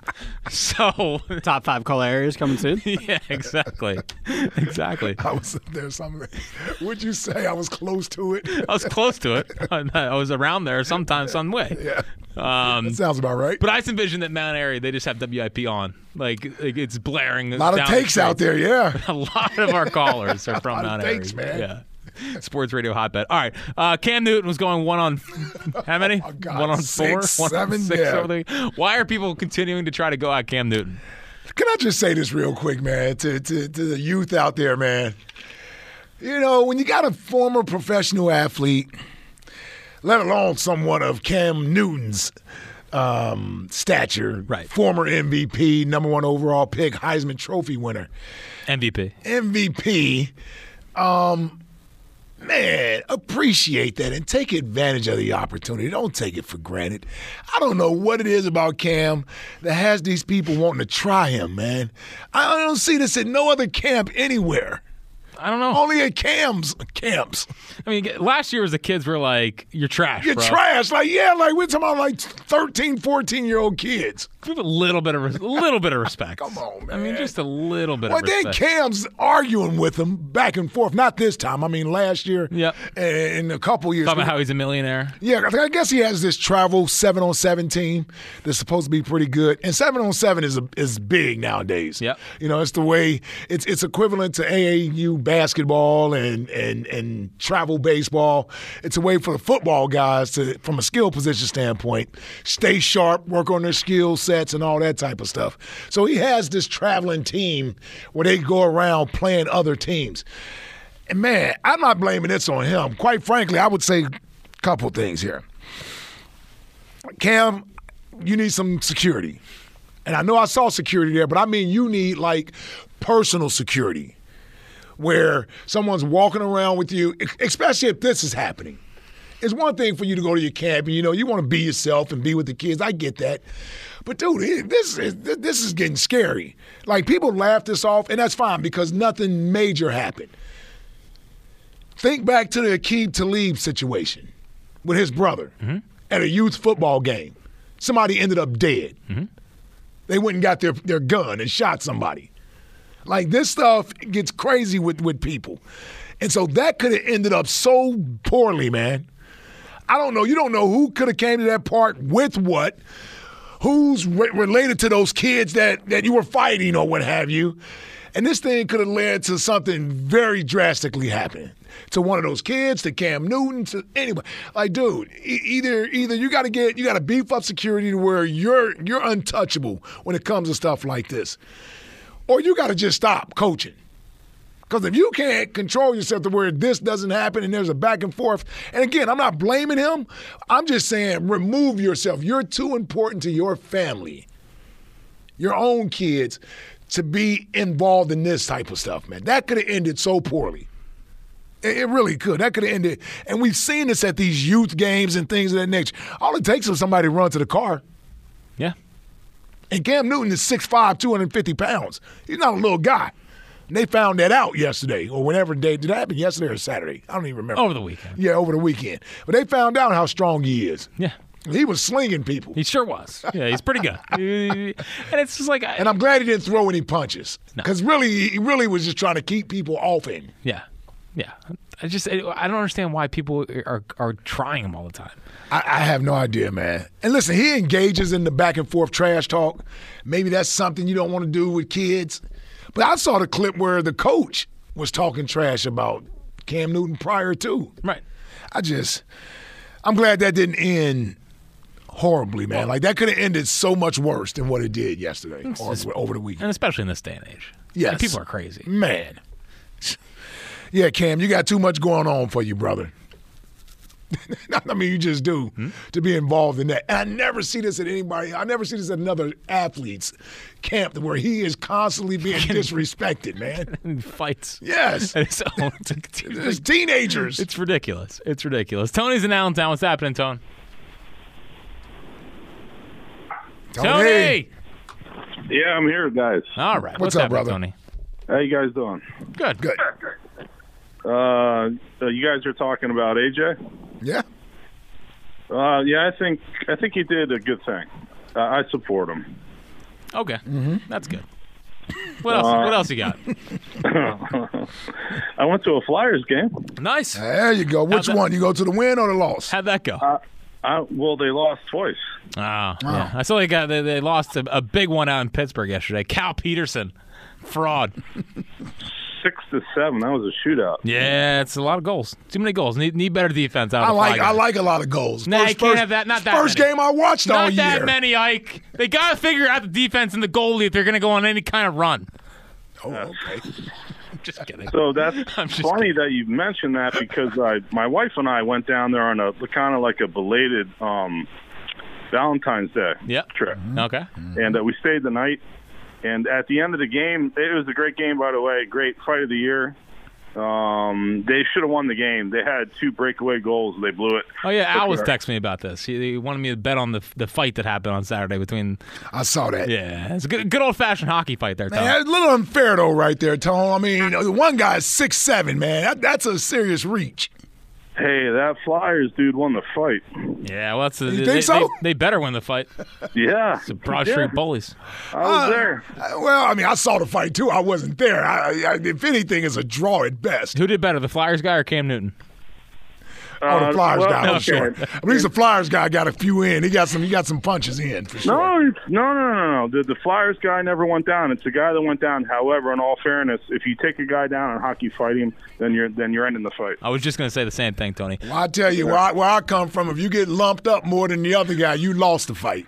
[SPEAKER 2] So
[SPEAKER 4] top five call areas coming soon.
[SPEAKER 2] yeah, exactly, exactly.
[SPEAKER 3] I was there somewhere. Would you say I was close to it?
[SPEAKER 2] I was close to it. I, I was around there sometime, some way. Yeah. Um,
[SPEAKER 3] sounds about right.
[SPEAKER 2] But I just envision that Mount Airy, they just have WIP on. Like, like it's blaring. A
[SPEAKER 3] lot of takes out there, yeah.
[SPEAKER 2] A lot of our callers are from
[SPEAKER 3] A lot
[SPEAKER 2] Mount
[SPEAKER 3] of takes,
[SPEAKER 2] Airy.
[SPEAKER 3] man.
[SPEAKER 2] Yeah. Sports radio hotbed. All right. Uh, Cam Newton was going one on how many? one on
[SPEAKER 3] Oh, six,
[SPEAKER 2] four? One
[SPEAKER 3] seven,
[SPEAKER 2] on six
[SPEAKER 3] yeah.
[SPEAKER 2] over the- Why are people continuing to try to go at Cam Newton?
[SPEAKER 3] Can I just say this real quick, man, to, to, to the youth out there, man? You know, when you got a former professional athlete, let alone someone of Cam Newton's um, stature, right. former MVP, number one overall pick, Heisman Trophy winner,
[SPEAKER 2] MVP.
[SPEAKER 3] MVP, um, man, appreciate that and take advantage of the opportunity. Don't take it for granted. I don't know what it is about Cam that has these people wanting to try him, man. I don't see this at no other camp anywhere.
[SPEAKER 2] I don't know.
[SPEAKER 3] Only at Cam's camps.
[SPEAKER 2] I mean, last year was the kids were like, you're trash.
[SPEAKER 3] You're
[SPEAKER 2] bro."
[SPEAKER 3] trash. Like, yeah, like we're talking about like 13, 14 year old kids.
[SPEAKER 2] Give a little bit of res- little bit of respect. Come on, man. I mean, just a little bit.
[SPEAKER 3] Well,
[SPEAKER 2] of
[SPEAKER 3] then
[SPEAKER 2] respect.
[SPEAKER 3] Cam's arguing with him back and forth. Not this time. I mean, last year. Yeah. And a couple years.
[SPEAKER 2] talking about how he's a millionaire.
[SPEAKER 3] Yeah, I think- I guess he has this travel seven on seven team that's supposed to be pretty good, and seven on seven is a, is big nowadays. Yeah, you know it's the way it's it's equivalent to AAU basketball and and and travel baseball. It's a way for the football guys to, from a skill position standpoint, stay sharp, work on their skill sets, and all that type of stuff. So he has this traveling team where they go around playing other teams. And man, I'm not blaming this on him. Quite frankly, I would say a couple things here. Cam, you need some security. And I know I saw security there, but I mean you need like personal security where someone's walking around with you, e- especially if this is happening. It's one thing for you to go to your camp and you know you want to be yourself and be with the kids. I get that, but dude, it- this is this is getting scary. Like people laugh this off, and that's fine because nothing major happened. Think back to the Akeem Talib situation with his brother at a youth football game. Somebody ended up dead. They went and got their, their gun and shot somebody. Like this stuff gets crazy with, with people. And so that could have ended up so poorly, man. I don't know. You don't know who could have came to that park with what, who's re- related to those kids that, that you were fighting or what have you. And this thing could have led to something very drastically happening to one of those kids, to Cam Newton, to anybody. Like, dude, e- either either you got to get you got to beef up security to where you're you're untouchable when it comes to stuff like this, or you got to just stop coaching. Because if you can't control yourself to where this doesn't happen and there's a back and forth, and again, I'm not blaming him. I'm just saying remove yourself. You're too important to your family, your own kids, to be involved in this type of stuff, man. That could have ended so poorly. It it really could. That could have ended. And we've seen this at these youth games and things of that nature. All it takes is somebody to run to the car.
[SPEAKER 2] Yeah.
[SPEAKER 3] And Cam Newton is 6'5", 250 pounds. He's not a little guy. And they found that out yesterday or whenever day. Did that happen yesterday or Saturday? I don't even remember.
[SPEAKER 2] Over the weekend.
[SPEAKER 3] Yeah, over the weekend. But they found out how strong he is.
[SPEAKER 2] Yeah.
[SPEAKER 3] He was slinging people.
[SPEAKER 2] He sure was. Yeah, he's pretty good. and it's just like.
[SPEAKER 3] and I'm glad he didn't throw any punches. Because really, he really was just trying to keep people off him.
[SPEAKER 2] Yeah, yeah. I just I I don't understand why people are are trying him all the time.
[SPEAKER 3] I, I have no idea, man. And listen, he engages in the back and forth trash talk. Maybe that's something you don't want to do with kids. But I saw the clip where the coach was talking trash about Cam Newton prior to.
[SPEAKER 2] Right.
[SPEAKER 3] I just, I'm glad that didn't end horribly, man. like that could have ended so much worse than what it did yesterday
[SPEAKER 2] It's
[SPEAKER 3] or
[SPEAKER 2] just-
[SPEAKER 3] over the weekend.
[SPEAKER 2] and especially in this day and age.
[SPEAKER 3] Yes.
[SPEAKER 2] Like, people are crazy.
[SPEAKER 3] Man. Yeah, Cam, you got too much going on for you, brother. I mean, you just do
[SPEAKER 2] Hmm?
[SPEAKER 3] to be involved in that. And I never see this at anybody. I never see this at another athlete's camp where he is constantly being disrespected, man.
[SPEAKER 2] Fights.
[SPEAKER 3] Yes.
[SPEAKER 2] And so,
[SPEAKER 3] It's teenagers.
[SPEAKER 2] It's ridiculous. It's ridiculous. Tony's in Allentown. What's happening, Tone?
[SPEAKER 3] Oh,
[SPEAKER 2] Tony.
[SPEAKER 5] Yeah, I'm here, guys.
[SPEAKER 2] All right. What's What's up, happening, brother? Tony?
[SPEAKER 5] How you guys doing?
[SPEAKER 2] Good.
[SPEAKER 3] Good.
[SPEAKER 5] Uh, so you guys are talking about AJ.
[SPEAKER 3] Yeah.
[SPEAKER 5] Uh, yeah, I think I think he did a good thing. Uh, I support him.
[SPEAKER 2] Okay. That's good. What else?
[SPEAKER 5] Uh,
[SPEAKER 2] what else you got?
[SPEAKER 5] I went to a Flyers game.
[SPEAKER 2] Nice.
[SPEAKER 3] There you go. Which one? You go to the win or the loss?
[SPEAKER 2] How'd that go?
[SPEAKER 5] Uh, I, well, they lost twice.
[SPEAKER 2] Ah, yeah. I saw they got they, they lost a, a big one out in Pittsburgh yesterday. Cal Peterson, fraud.
[SPEAKER 5] Six to seven. That was a shootout.
[SPEAKER 2] Yeah, it's a lot of goals. Too many goals. Need, need better defense. Out of
[SPEAKER 3] I
[SPEAKER 2] the
[SPEAKER 3] like
[SPEAKER 2] Fly guys.
[SPEAKER 3] I like a lot of goals.
[SPEAKER 2] Nah,
[SPEAKER 3] First-
[SPEAKER 2] you can't
[SPEAKER 3] first-
[SPEAKER 2] have that. Not that.
[SPEAKER 3] First
[SPEAKER 2] many.
[SPEAKER 3] game I watched
[SPEAKER 2] Not
[SPEAKER 3] all year.
[SPEAKER 2] that many, Ike. They gotta figure out the defense and the goalie if they're gonna go on any kind of run.
[SPEAKER 3] Oh, okay.
[SPEAKER 2] just kidding.
[SPEAKER 5] So that's
[SPEAKER 2] I'm just
[SPEAKER 5] funny that you mentioned that because I, my wife and I went down there on a kind of like a belated um, Valentine's Day
[SPEAKER 2] Yep.
[SPEAKER 5] trip,
[SPEAKER 2] Okay.
[SPEAKER 5] and uh, we stayed the night. And at the end of the game, it was a great game, by the way. Great fight of the year. Um, they should have won the game. They had two breakaway goals. They blew it.
[SPEAKER 2] Oh yeah,
[SPEAKER 5] But
[SPEAKER 2] Al was
[SPEAKER 5] they're-
[SPEAKER 2] texting me about this. He, he wanted me to bet on the the fight that happened on Saturday between.
[SPEAKER 3] I saw that.
[SPEAKER 2] Yeah, it's a good, good old fashioned hockey fight there, Tom.
[SPEAKER 3] Man, that's a little unfair though, right there, Tone. I mean, the one guy's six seven, man. That, that's a serious reach.
[SPEAKER 5] Hey, that Flyers dude won the fight.
[SPEAKER 2] Yeah, well, that's a,
[SPEAKER 5] You
[SPEAKER 2] they,
[SPEAKER 5] think
[SPEAKER 2] they-
[SPEAKER 5] so?
[SPEAKER 2] they better win the fight.
[SPEAKER 5] Yeah,
[SPEAKER 2] it's a Ah! Broad Street Bullies.
[SPEAKER 5] I was
[SPEAKER 3] there. Uh, Well, I mean, I saw the fight too. I wasn't there. I, I, if anything, it's a draw at best.
[SPEAKER 2] Who did better, the Flyers guy or Cam Newton?
[SPEAKER 3] Oh, the
[SPEAKER 2] Uh,
[SPEAKER 3] Flyers
[SPEAKER 2] well,
[SPEAKER 3] guy, for
[SPEAKER 2] okay.
[SPEAKER 3] sure. At least the Flyers guy got a few in. He got some. He got some punches in for sure.
[SPEAKER 5] No, it's- no, no, no, no. The, the Flyers guy never went down. It's the guy that went down. However, in all fairness, if you take a guy down and hockey fight him, then you're then you're ending the fight.
[SPEAKER 2] I was just going to say the same thing, Tony.
[SPEAKER 3] Well, I tell you, where I, where I come from, if you get lumped up more than the other guy, you lost the fight.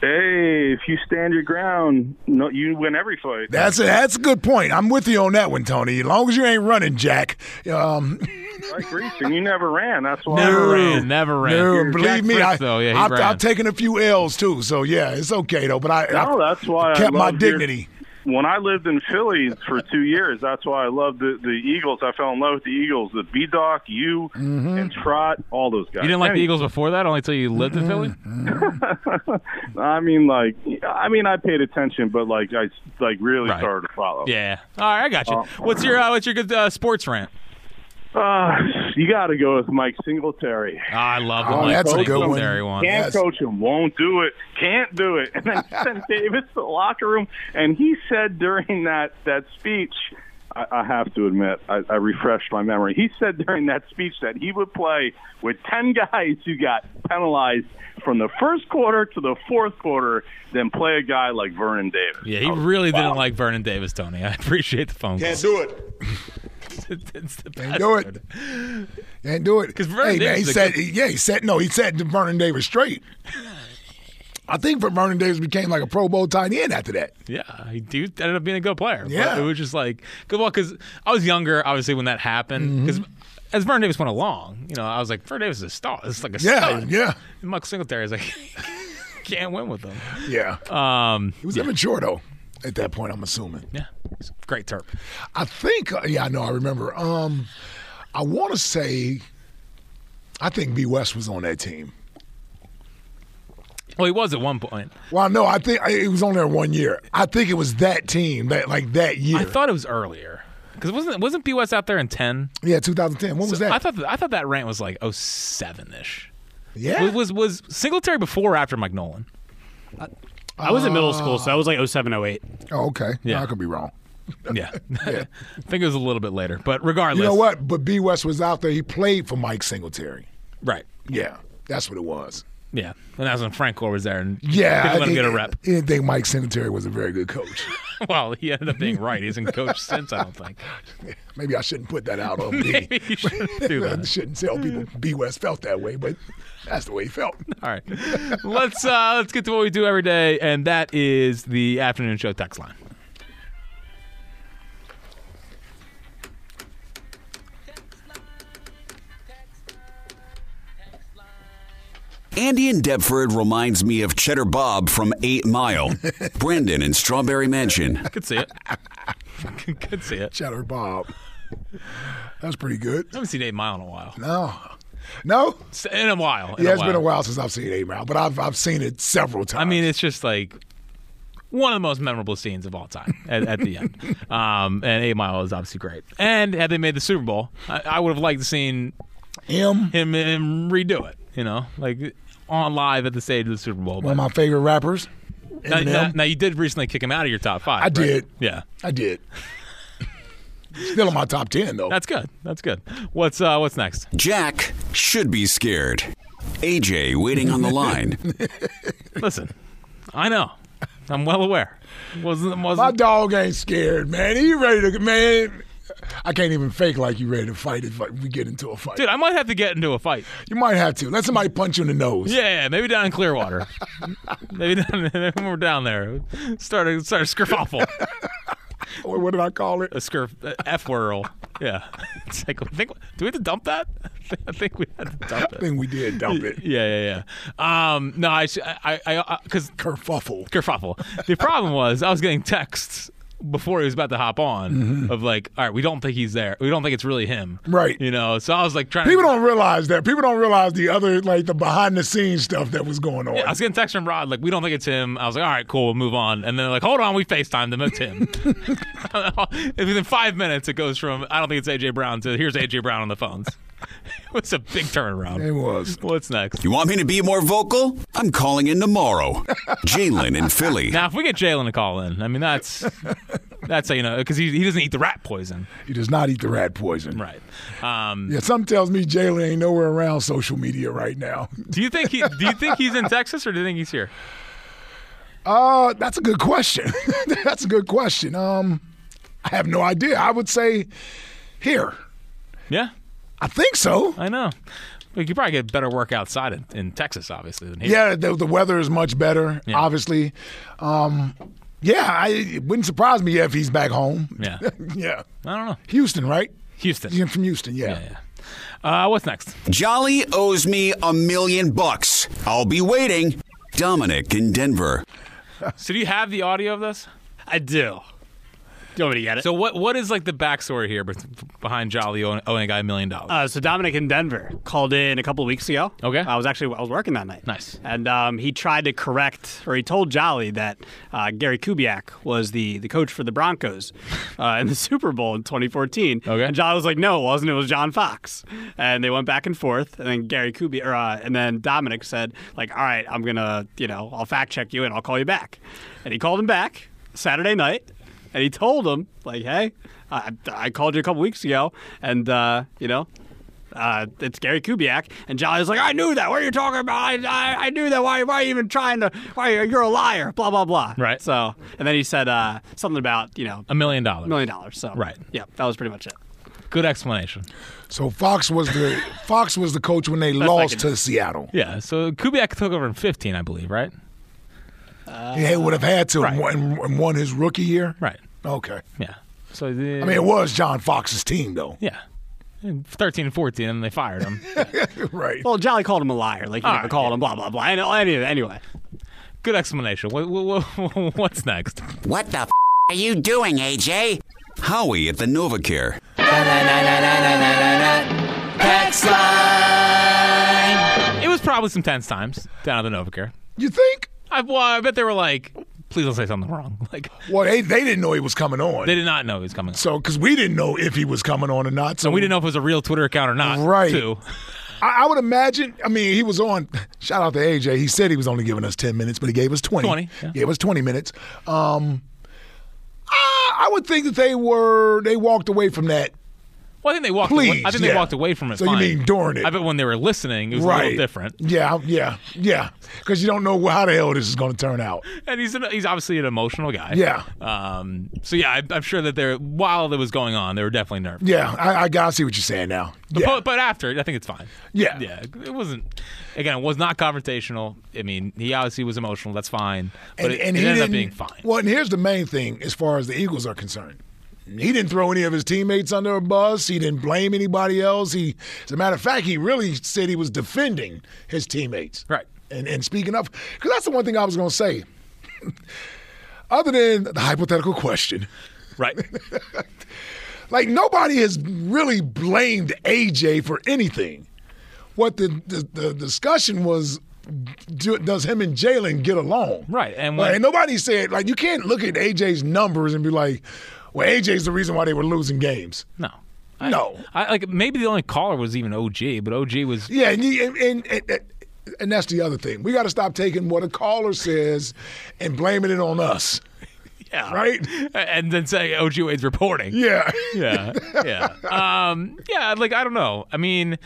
[SPEAKER 5] Hey, if you stand your ground, no, you win every fight.
[SPEAKER 3] That's a, that's a good point. I'm with you on that one, Tony. As long as you ain't running, Jack. Um,
[SPEAKER 5] Like Reason. You never ran. That's why.
[SPEAKER 2] Never ran, never ran.
[SPEAKER 3] No,
[SPEAKER 2] You're
[SPEAKER 3] believe
[SPEAKER 2] Jack
[SPEAKER 3] me,
[SPEAKER 2] Fritz,
[SPEAKER 3] I,
[SPEAKER 2] though. Yeah, he
[SPEAKER 3] I've,
[SPEAKER 2] ran.
[SPEAKER 3] I've taken a few L's too, so yeah, it's okay though. But I,
[SPEAKER 5] No,
[SPEAKER 3] I
[SPEAKER 5] that's why
[SPEAKER 3] kept
[SPEAKER 5] I
[SPEAKER 3] my
[SPEAKER 5] loved your-
[SPEAKER 3] dignity.
[SPEAKER 5] when I lived in Philly for two years, that's why I loved the, the Eagles. I fell in love with the Eagles. The B Doc, you, and Trot, all those
[SPEAKER 2] Mm-hmm. You
[SPEAKER 5] guys.
[SPEAKER 2] didn't like the
[SPEAKER 5] Anyway.
[SPEAKER 2] Eagles before that, only until you lived in Philly.
[SPEAKER 5] I mean, like, I mean, I paid attention, but like, I like really started to follow.
[SPEAKER 2] Yeah. All right, I got you.
[SPEAKER 5] Uh,
[SPEAKER 2] what's your uh, what's your good uh, sports rant?
[SPEAKER 5] Uh, you got to go with Mike Singletary.
[SPEAKER 2] I love the
[SPEAKER 5] Oh,
[SPEAKER 2] Mike
[SPEAKER 5] that's a good one.
[SPEAKER 2] Singletary one.
[SPEAKER 5] Can't coach him. Won't do it. Can't do it. And then sent Davis to the locker room, and he said during that that speech, I, I have to admit, I, I refreshed my memory. He said during that speech that he would play with ten guys who got penalized from the first quarter to the fourth quarter, then play a guy like Vernon Davis.
[SPEAKER 2] Yeah, he really didn't like Vernon Davis, Tony. I appreciate the phone.
[SPEAKER 5] Can't
[SPEAKER 2] call.
[SPEAKER 5] do it.
[SPEAKER 2] it's the
[SPEAKER 3] Can't do it. Can't do it. Because
[SPEAKER 2] Vernon
[SPEAKER 3] hey, man,
[SPEAKER 2] Davis
[SPEAKER 3] he
[SPEAKER 2] is a
[SPEAKER 3] said,
[SPEAKER 2] good-
[SPEAKER 3] yeah, he said no. He said Vernon Davis straight. I think Vernon Davis became like a Pro Bowl tight end after that.
[SPEAKER 2] Yeah, he do- ended up being a good player. but
[SPEAKER 3] Yeah.
[SPEAKER 2] it was just like good. Well, because I was younger, obviously, when that happened. Because as Vernon Davis went along, you know, I was like, Vernon Davis is a star. It's like a
[SPEAKER 3] Yeah,
[SPEAKER 2] stud.
[SPEAKER 3] yeah.
[SPEAKER 2] And Mike Singletary is like, can't win with him.
[SPEAKER 3] Yeah,
[SPEAKER 2] Um,
[SPEAKER 3] he was immature though at that point. I'm assuming.
[SPEAKER 2] Yeah, great terp.
[SPEAKER 3] I think. uh, Yeah, I know. I remember. Um, I want to say, I think B West was on that team.
[SPEAKER 2] Well, he was at one point.
[SPEAKER 3] Well, no, I think I- it was on there one year. I think it was that team that like that year.
[SPEAKER 2] I thought it was earlier because wasn't wasn't B West out there in ten?
[SPEAKER 3] yeah, 2010. When was that?
[SPEAKER 2] I thought that, I thought that rant was like 07 ish.
[SPEAKER 3] Yeah.
[SPEAKER 2] Was, was was Singletary before or after Mike Nolan?
[SPEAKER 4] I was in middle
[SPEAKER 9] Ah.
[SPEAKER 4] school, so I was like 07, 08.
[SPEAKER 3] Oh, okay.
[SPEAKER 2] Yeah.
[SPEAKER 3] I could be wrong.
[SPEAKER 2] Yeah. I think it was a little bit later, but regardless.
[SPEAKER 3] Uh, You know what? But B West was out there. He played for Mike Singletary.
[SPEAKER 2] Right.
[SPEAKER 3] Yeah, that's what it was.
[SPEAKER 2] Yeah. And that was when Frank Gore was there and
[SPEAKER 3] Yeah,
[SPEAKER 2] didn't
[SPEAKER 3] I
[SPEAKER 2] let him
[SPEAKER 3] think-
[SPEAKER 2] get a rep.
[SPEAKER 3] I didn't think Mike Singletary was a very good coach.
[SPEAKER 2] well, he ended up being right. He hasn't coached since, I don't think.
[SPEAKER 3] Maybe I shouldn't put that out on me.
[SPEAKER 2] Maybe you shouldn't do
[SPEAKER 3] I
[SPEAKER 2] that.
[SPEAKER 3] shouldn't tell people B West felt that way, but that's the way he felt.
[SPEAKER 2] All right. let's uh let's get to what we do every day, and that is the afternoon show text line.
[SPEAKER 10] Andy in Deptford reminds me of Cheddar Bob from Eight Mile, Brendan in Strawberry Mansion.
[SPEAKER 2] Could see it. Could see it.
[SPEAKER 3] Cheddar Bob. That's pretty good. I
[SPEAKER 2] haven't seen Eight Mile in a while.
[SPEAKER 3] No. No?
[SPEAKER 2] In a while. in
[SPEAKER 3] yeah, it's been a while since I've seen A Mile, but I've, I've seen it several times.
[SPEAKER 2] I mean, it's just like one of the most memorable scenes of all time at, at the end. Um, and Eight Mile is obviously great. And had they made the Super Bowl, I, I would have liked to seen
[SPEAKER 3] him
[SPEAKER 2] him, him redo it. You know, like on live at the stage of the Super Bowl.
[SPEAKER 3] One of my favorite rappers.
[SPEAKER 2] now, now,
[SPEAKER 3] Eminem.
[SPEAKER 2] now you did recently kick him out of your top five.
[SPEAKER 3] I
[SPEAKER 2] right?
[SPEAKER 3] did.
[SPEAKER 2] Yeah,
[SPEAKER 3] I did. Still in my top ten though.
[SPEAKER 2] that's good. That's good. What's uh, what's next?
[SPEAKER 10] Jack should be scared. AJ waiting on the line.
[SPEAKER 2] Listen, I know. I'm well aware. Wasn't wasn't
[SPEAKER 3] My dog ain't scared, man. He ready to man. I can't even fake like you ready to fight if like, we get into a fight.
[SPEAKER 2] dude? I might have to get into a fight.
[SPEAKER 3] You might have to. Let somebody punch you in the nose.
[SPEAKER 2] Yeah, yeah, maybe down in Clearwater. maybe, down, maybe when we're down there, start a start a skerfuffle.
[SPEAKER 3] Or what did I call it?
[SPEAKER 2] A skerf f whirl. Yeah, it's like I think. Do we have to dump that? I think we had to dump
[SPEAKER 3] I
[SPEAKER 2] it.
[SPEAKER 3] think we did dump it.
[SPEAKER 2] Yeah, yeah, yeah. Um, no, I, sh- I, I, because
[SPEAKER 3] kerfuffle,
[SPEAKER 2] kerfuffle. The problem was I was getting texts before he was about to hop on of like, all right, we don't think he's there. We don't think it's really him.
[SPEAKER 3] Right.
[SPEAKER 2] You know. So I was like trying.
[SPEAKER 3] People
[SPEAKER 2] to,
[SPEAKER 3] don't realize that. People don't realize the other like the behind the scenes stuff that was going on.
[SPEAKER 2] I was getting texts from Rod like, we don't think it's him. I was like, all right, cool, we'll move on. And then they're like, hold on, we Facetimed him. It's him. And Within five minutes, it goes from I don't think it's AJ Brown to here's AJ Brown on the phones. it was a big turnaround.
[SPEAKER 3] It was.
[SPEAKER 2] What's next?
[SPEAKER 10] You want me to be more vocal? I'm calling in tomorrow. Jalen in Philly.
[SPEAKER 2] Now, if we get Jalen to call in, I mean that's that's how you know because he, he doesn't eat the rat poison,
[SPEAKER 3] He does not eat the rat poison.
[SPEAKER 2] right? Um,
[SPEAKER 3] Yeah, something tells me Jalen ain't nowhere around social media right now.
[SPEAKER 2] Do you think he? Do you think he's in Texas or do you think he's here?
[SPEAKER 3] Uh, that's a good question. that's a good question. Um, I have no idea. I would say here.
[SPEAKER 2] Yeah,
[SPEAKER 3] I think so.
[SPEAKER 2] I know. We could probably get better work outside in, in Texas, obviously. Than here.
[SPEAKER 3] Yeah, the, the weather is much better, obviously. Um, yeah, I, it wouldn't surprise me if he's back home.
[SPEAKER 2] Yeah.
[SPEAKER 3] yeah.
[SPEAKER 2] I don't know.
[SPEAKER 3] Houston, right?
[SPEAKER 2] Houston.
[SPEAKER 3] He's from Houston, yeah.
[SPEAKER 2] Uh, what's next?
[SPEAKER 10] Jolly owes me a million bucks. I'll be waiting. Dominic in Denver.
[SPEAKER 2] So do you have the audio of this?
[SPEAKER 4] I do. Do you want me to get it?
[SPEAKER 2] So what what is like the backstory here be- behind Jolly owing, owing a guy a million dollars?
[SPEAKER 4] Uh, so Dominic in Denver called in a couple of weeks ago. Okay, I was actually I was working that night.
[SPEAKER 2] Nice.
[SPEAKER 4] And um, he tried to correct, or he told Jolly that uh, Gary Kubiak was the, the coach for the Broncos uh, in the Super Bowl in 2014. Okay. And Jolly was like, "No, it wasn't. It was John Fox." And they went back and forth, and then Gary Kubiak, or, uh, and then Dominic said, "Like, all right, I'm gonna, you know, I'll fact check you and I'll call you back." And he called him back Saturday night, and he told him, like, hey, I, I called you a couple weeks ago, and, uh, you know, uh, it's Gary Kubiak. And Jolly was like, I knew that. What are you talking about? I, I, I knew that. Why, why are you even trying to? Why are you, You're a liar. Blah, blah, blah. Right. So, and then he said uh, something about, you know,
[SPEAKER 2] a million dollars.
[SPEAKER 4] a million dollars. So,
[SPEAKER 2] Right.
[SPEAKER 4] Yeah, that was pretty much it.
[SPEAKER 2] Good explanation.
[SPEAKER 3] So Fox was the Fox was the coach when they
[SPEAKER 2] Best I
[SPEAKER 3] lost
[SPEAKER 2] can-
[SPEAKER 3] to Seattle.
[SPEAKER 2] Yeah. So Kubiak took over in 15, I believe, right?
[SPEAKER 3] he would have had to have won, and won his rookie year.
[SPEAKER 2] Right.
[SPEAKER 3] Okay.
[SPEAKER 2] Yeah. So the,
[SPEAKER 3] I mean, it was John Fox's team, though.
[SPEAKER 2] Yeah. In 13 and 14, and they fired him.
[SPEAKER 3] right.
[SPEAKER 4] Well, Jolly called him a liar. Like, he
[SPEAKER 2] All
[SPEAKER 4] never
[SPEAKER 2] right,
[SPEAKER 4] called him, blah, blah, blah. And, anyway, anyway.
[SPEAKER 2] Good explanation. What, what, what- what's next?
[SPEAKER 10] What the f- are you doing, AJ? Howie at the NovaCare.
[SPEAKER 2] Text line. It was probably some tense times down at the Novacare.
[SPEAKER 3] You think?
[SPEAKER 2] I, well, I bet they were like, please don't say something wrong. Like,
[SPEAKER 3] Well, they, they didn't know he was coming on.
[SPEAKER 2] they did not know he was coming.
[SPEAKER 3] So, because we didn't know if he was coming on or not. So
[SPEAKER 2] And we didn't know if it was a real Twitter account or not.
[SPEAKER 3] Right.
[SPEAKER 2] Too.
[SPEAKER 3] I, I would imagine. I mean, he was on. Shout out to AJ. He said he was only giving us ten minutes, but he gave us twenty.
[SPEAKER 2] 20, yeah.
[SPEAKER 3] Gave us twenty minutes. Um, I, I would think that they were they walked away from that.
[SPEAKER 2] Well, I think they walked. away,
[SPEAKER 3] Please,
[SPEAKER 2] I think
[SPEAKER 3] yeah.
[SPEAKER 2] they walked away from it.
[SPEAKER 3] So you
[SPEAKER 2] fine.
[SPEAKER 3] mean during it.
[SPEAKER 2] I bet when they were listening, it was a
[SPEAKER 3] right.
[SPEAKER 2] little different.
[SPEAKER 3] Yeah, I'm- yeah, yeah. Because you don't know how the hell this is going to turn out.
[SPEAKER 2] And he's an, he's obviously an emotional guy.
[SPEAKER 3] Yeah.
[SPEAKER 2] Um. So yeah, I, I'm sure that there while that was going on, they were definitely nervous.
[SPEAKER 3] Yeah, I, I gotta see what you're saying now.
[SPEAKER 2] But,
[SPEAKER 3] Yeah.
[SPEAKER 2] but, but after, I think it's fine.
[SPEAKER 3] Yeah.
[SPEAKER 2] Yeah. It wasn't. Again, it was not confrontational. I mean, he obviously was emotional. That's fine. But it, it ended up being fine.
[SPEAKER 3] Well, and here's the main thing as far as the Eagles are concerned. He didn't throw any of his teammates under a bus. He didn't blame anybody else. He, as a matter of fact, he really said he was defending his teammates.
[SPEAKER 2] Right.
[SPEAKER 3] And and speaking of, because that's the one thing I was going to say. Other than the hypothetical question,
[SPEAKER 2] Right.
[SPEAKER 3] like nobody has really blamed AJ for anything. What the the, the discussion was, do, does him and Jalen get along?
[SPEAKER 2] Right. And
[SPEAKER 3] Like,
[SPEAKER 2] when,
[SPEAKER 3] and nobody said like you can't look at AJ's numbers and be like, well, AJ's the reason why they were losing games.
[SPEAKER 2] no.
[SPEAKER 3] no.
[SPEAKER 2] I, like maybe the only caller was even OG, but OG was
[SPEAKER 3] Yeah, and you, and, and, and and that's the other thing. We got to stop taking what a caller says and blaming it on us.
[SPEAKER 2] yeah
[SPEAKER 3] right.
[SPEAKER 2] and then saying OG Wade's reporting.
[SPEAKER 3] Yeah.
[SPEAKER 2] yeah, yeah, um, yeah. Like I don't know. I mean,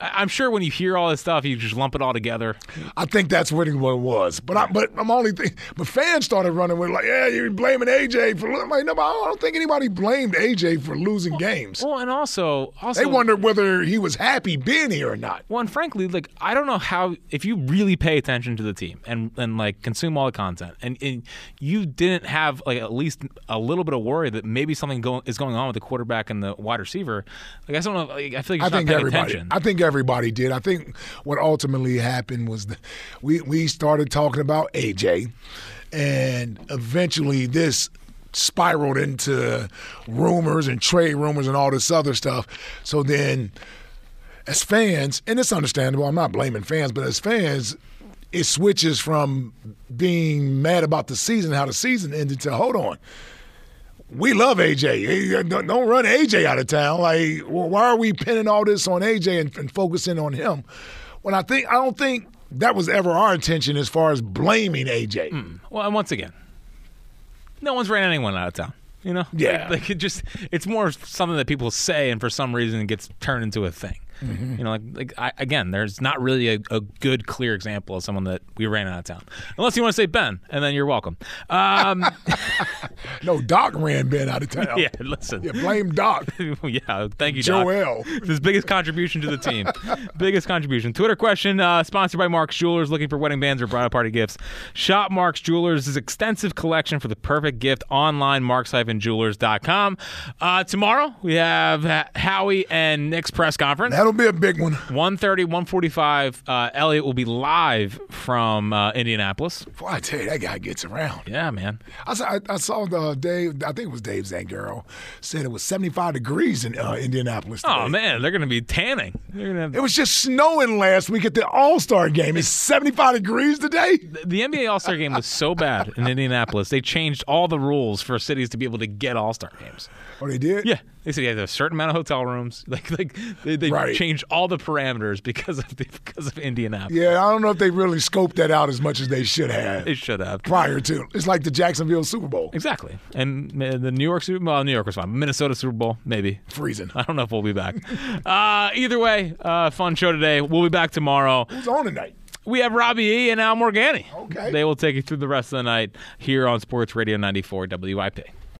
[SPEAKER 2] I- I'm sure when you hear all this stuff, you just lump it all together.
[SPEAKER 3] I think that's what it was. But I, but I'm only think, but fans started running with like, yeah, you're blaming AJ for lo-" I'm like no, but I don't think anybody blamed AJ for losing games.
[SPEAKER 2] Well, and also, also
[SPEAKER 3] They wondered whether he was happy being here or not.
[SPEAKER 2] Well, and frankly, like I don't know how if you really pay attention to the team and and like consume all the content, and, and you didn't have like at least a little bit of worry that maybe something go, is going on with the quarterback and the wide receiver. Like I just don't know. Like, I feel like you're
[SPEAKER 3] I
[SPEAKER 2] not
[SPEAKER 3] think
[SPEAKER 2] paying
[SPEAKER 3] everybody.
[SPEAKER 2] attention.
[SPEAKER 3] I think everybody did. I think what ultimately happened was that we we started talking about AJ, and eventually this spiraled into rumors and trade rumors and all this other stuff. So then, as fans, and it's understandable. I'm not blaming fans, but as fans. It switches from being mad about the season, how the season ended, to hold on we love AJ. Hey, uh, Don't don't run AJ out of town. Like, wh- why are we pinning all this on AJ and, and focusing on him? When I think, I don't think that was ever our intention as far as blaming AJ.
[SPEAKER 2] Well, and once again, no one's ran anyone out of town. You know,
[SPEAKER 3] Yeah.
[SPEAKER 2] Like, like it just, it's more something that people say, and for some reason, it gets turned into a thing. You know, like, like I, again, there's not really a, a good, clear example of someone that we ran out of town, unless you want to say Ben, and then you're welcome. Um,
[SPEAKER 3] No, Doc ran Ben out of town.
[SPEAKER 2] yeah, listen,
[SPEAKER 3] Yeah, blame Doc.
[SPEAKER 2] yeah, thank you, Doc.
[SPEAKER 3] Joel.
[SPEAKER 2] His biggest contribution to the team. biggest contribution. Twitter question uh, sponsored by Mark's Jewelers. Looking for wedding bands or bridal party gifts. Shop Mark's Jewelers' extensive collection for the perfect gift online, marks-jewelers.com. Uh, tomorrow, we have Ha- Howie and Nick's press conference.
[SPEAKER 3] That'll be a big one.
[SPEAKER 2] 1.30, 1.45, uh, Elliot will be live from uh, Indianapolis.
[SPEAKER 3] Boy, I tell you, that guy gets around.
[SPEAKER 2] Yeah, man.
[SPEAKER 3] I saw, I, I saw the Dave. I think it was Dave Zangaro said it was 75 degrees in uh, Indianapolis. Today.
[SPEAKER 2] Oh, man, they're going to be tanning. They're gonna have-
[SPEAKER 3] It was just snowing last week at the All Star game. It's 75 degrees today.
[SPEAKER 2] The NBA All Star game was so bad in Indianapolis, they changed all the rules for cities to be able to get All Star games.
[SPEAKER 3] Oh, they did.
[SPEAKER 2] Yeah, they said you had a certain amount of hotel rooms. Like, like they, they
[SPEAKER 3] Right.
[SPEAKER 2] changed all the parameters because of the, because of Indianapolis.
[SPEAKER 3] Yeah, I don't know if they really scoped that out as much as they should have.
[SPEAKER 2] They should have
[SPEAKER 3] prior to. It's like the Jacksonville Super Bowl.
[SPEAKER 2] exactly. And uh, the New York Super well, New York was fine. Minnesota Super Bowl, maybe
[SPEAKER 3] Freezing.
[SPEAKER 2] I don't know if we'll be back. uh, either way, uh, fun show today. We'll be back tomorrow.
[SPEAKER 3] Who's on tonight?
[SPEAKER 2] We have Robbie E and Al Morgani.
[SPEAKER 3] Okay.
[SPEAKER 2] They will take you through the rest of the night here on Sports Radio 94 WIP.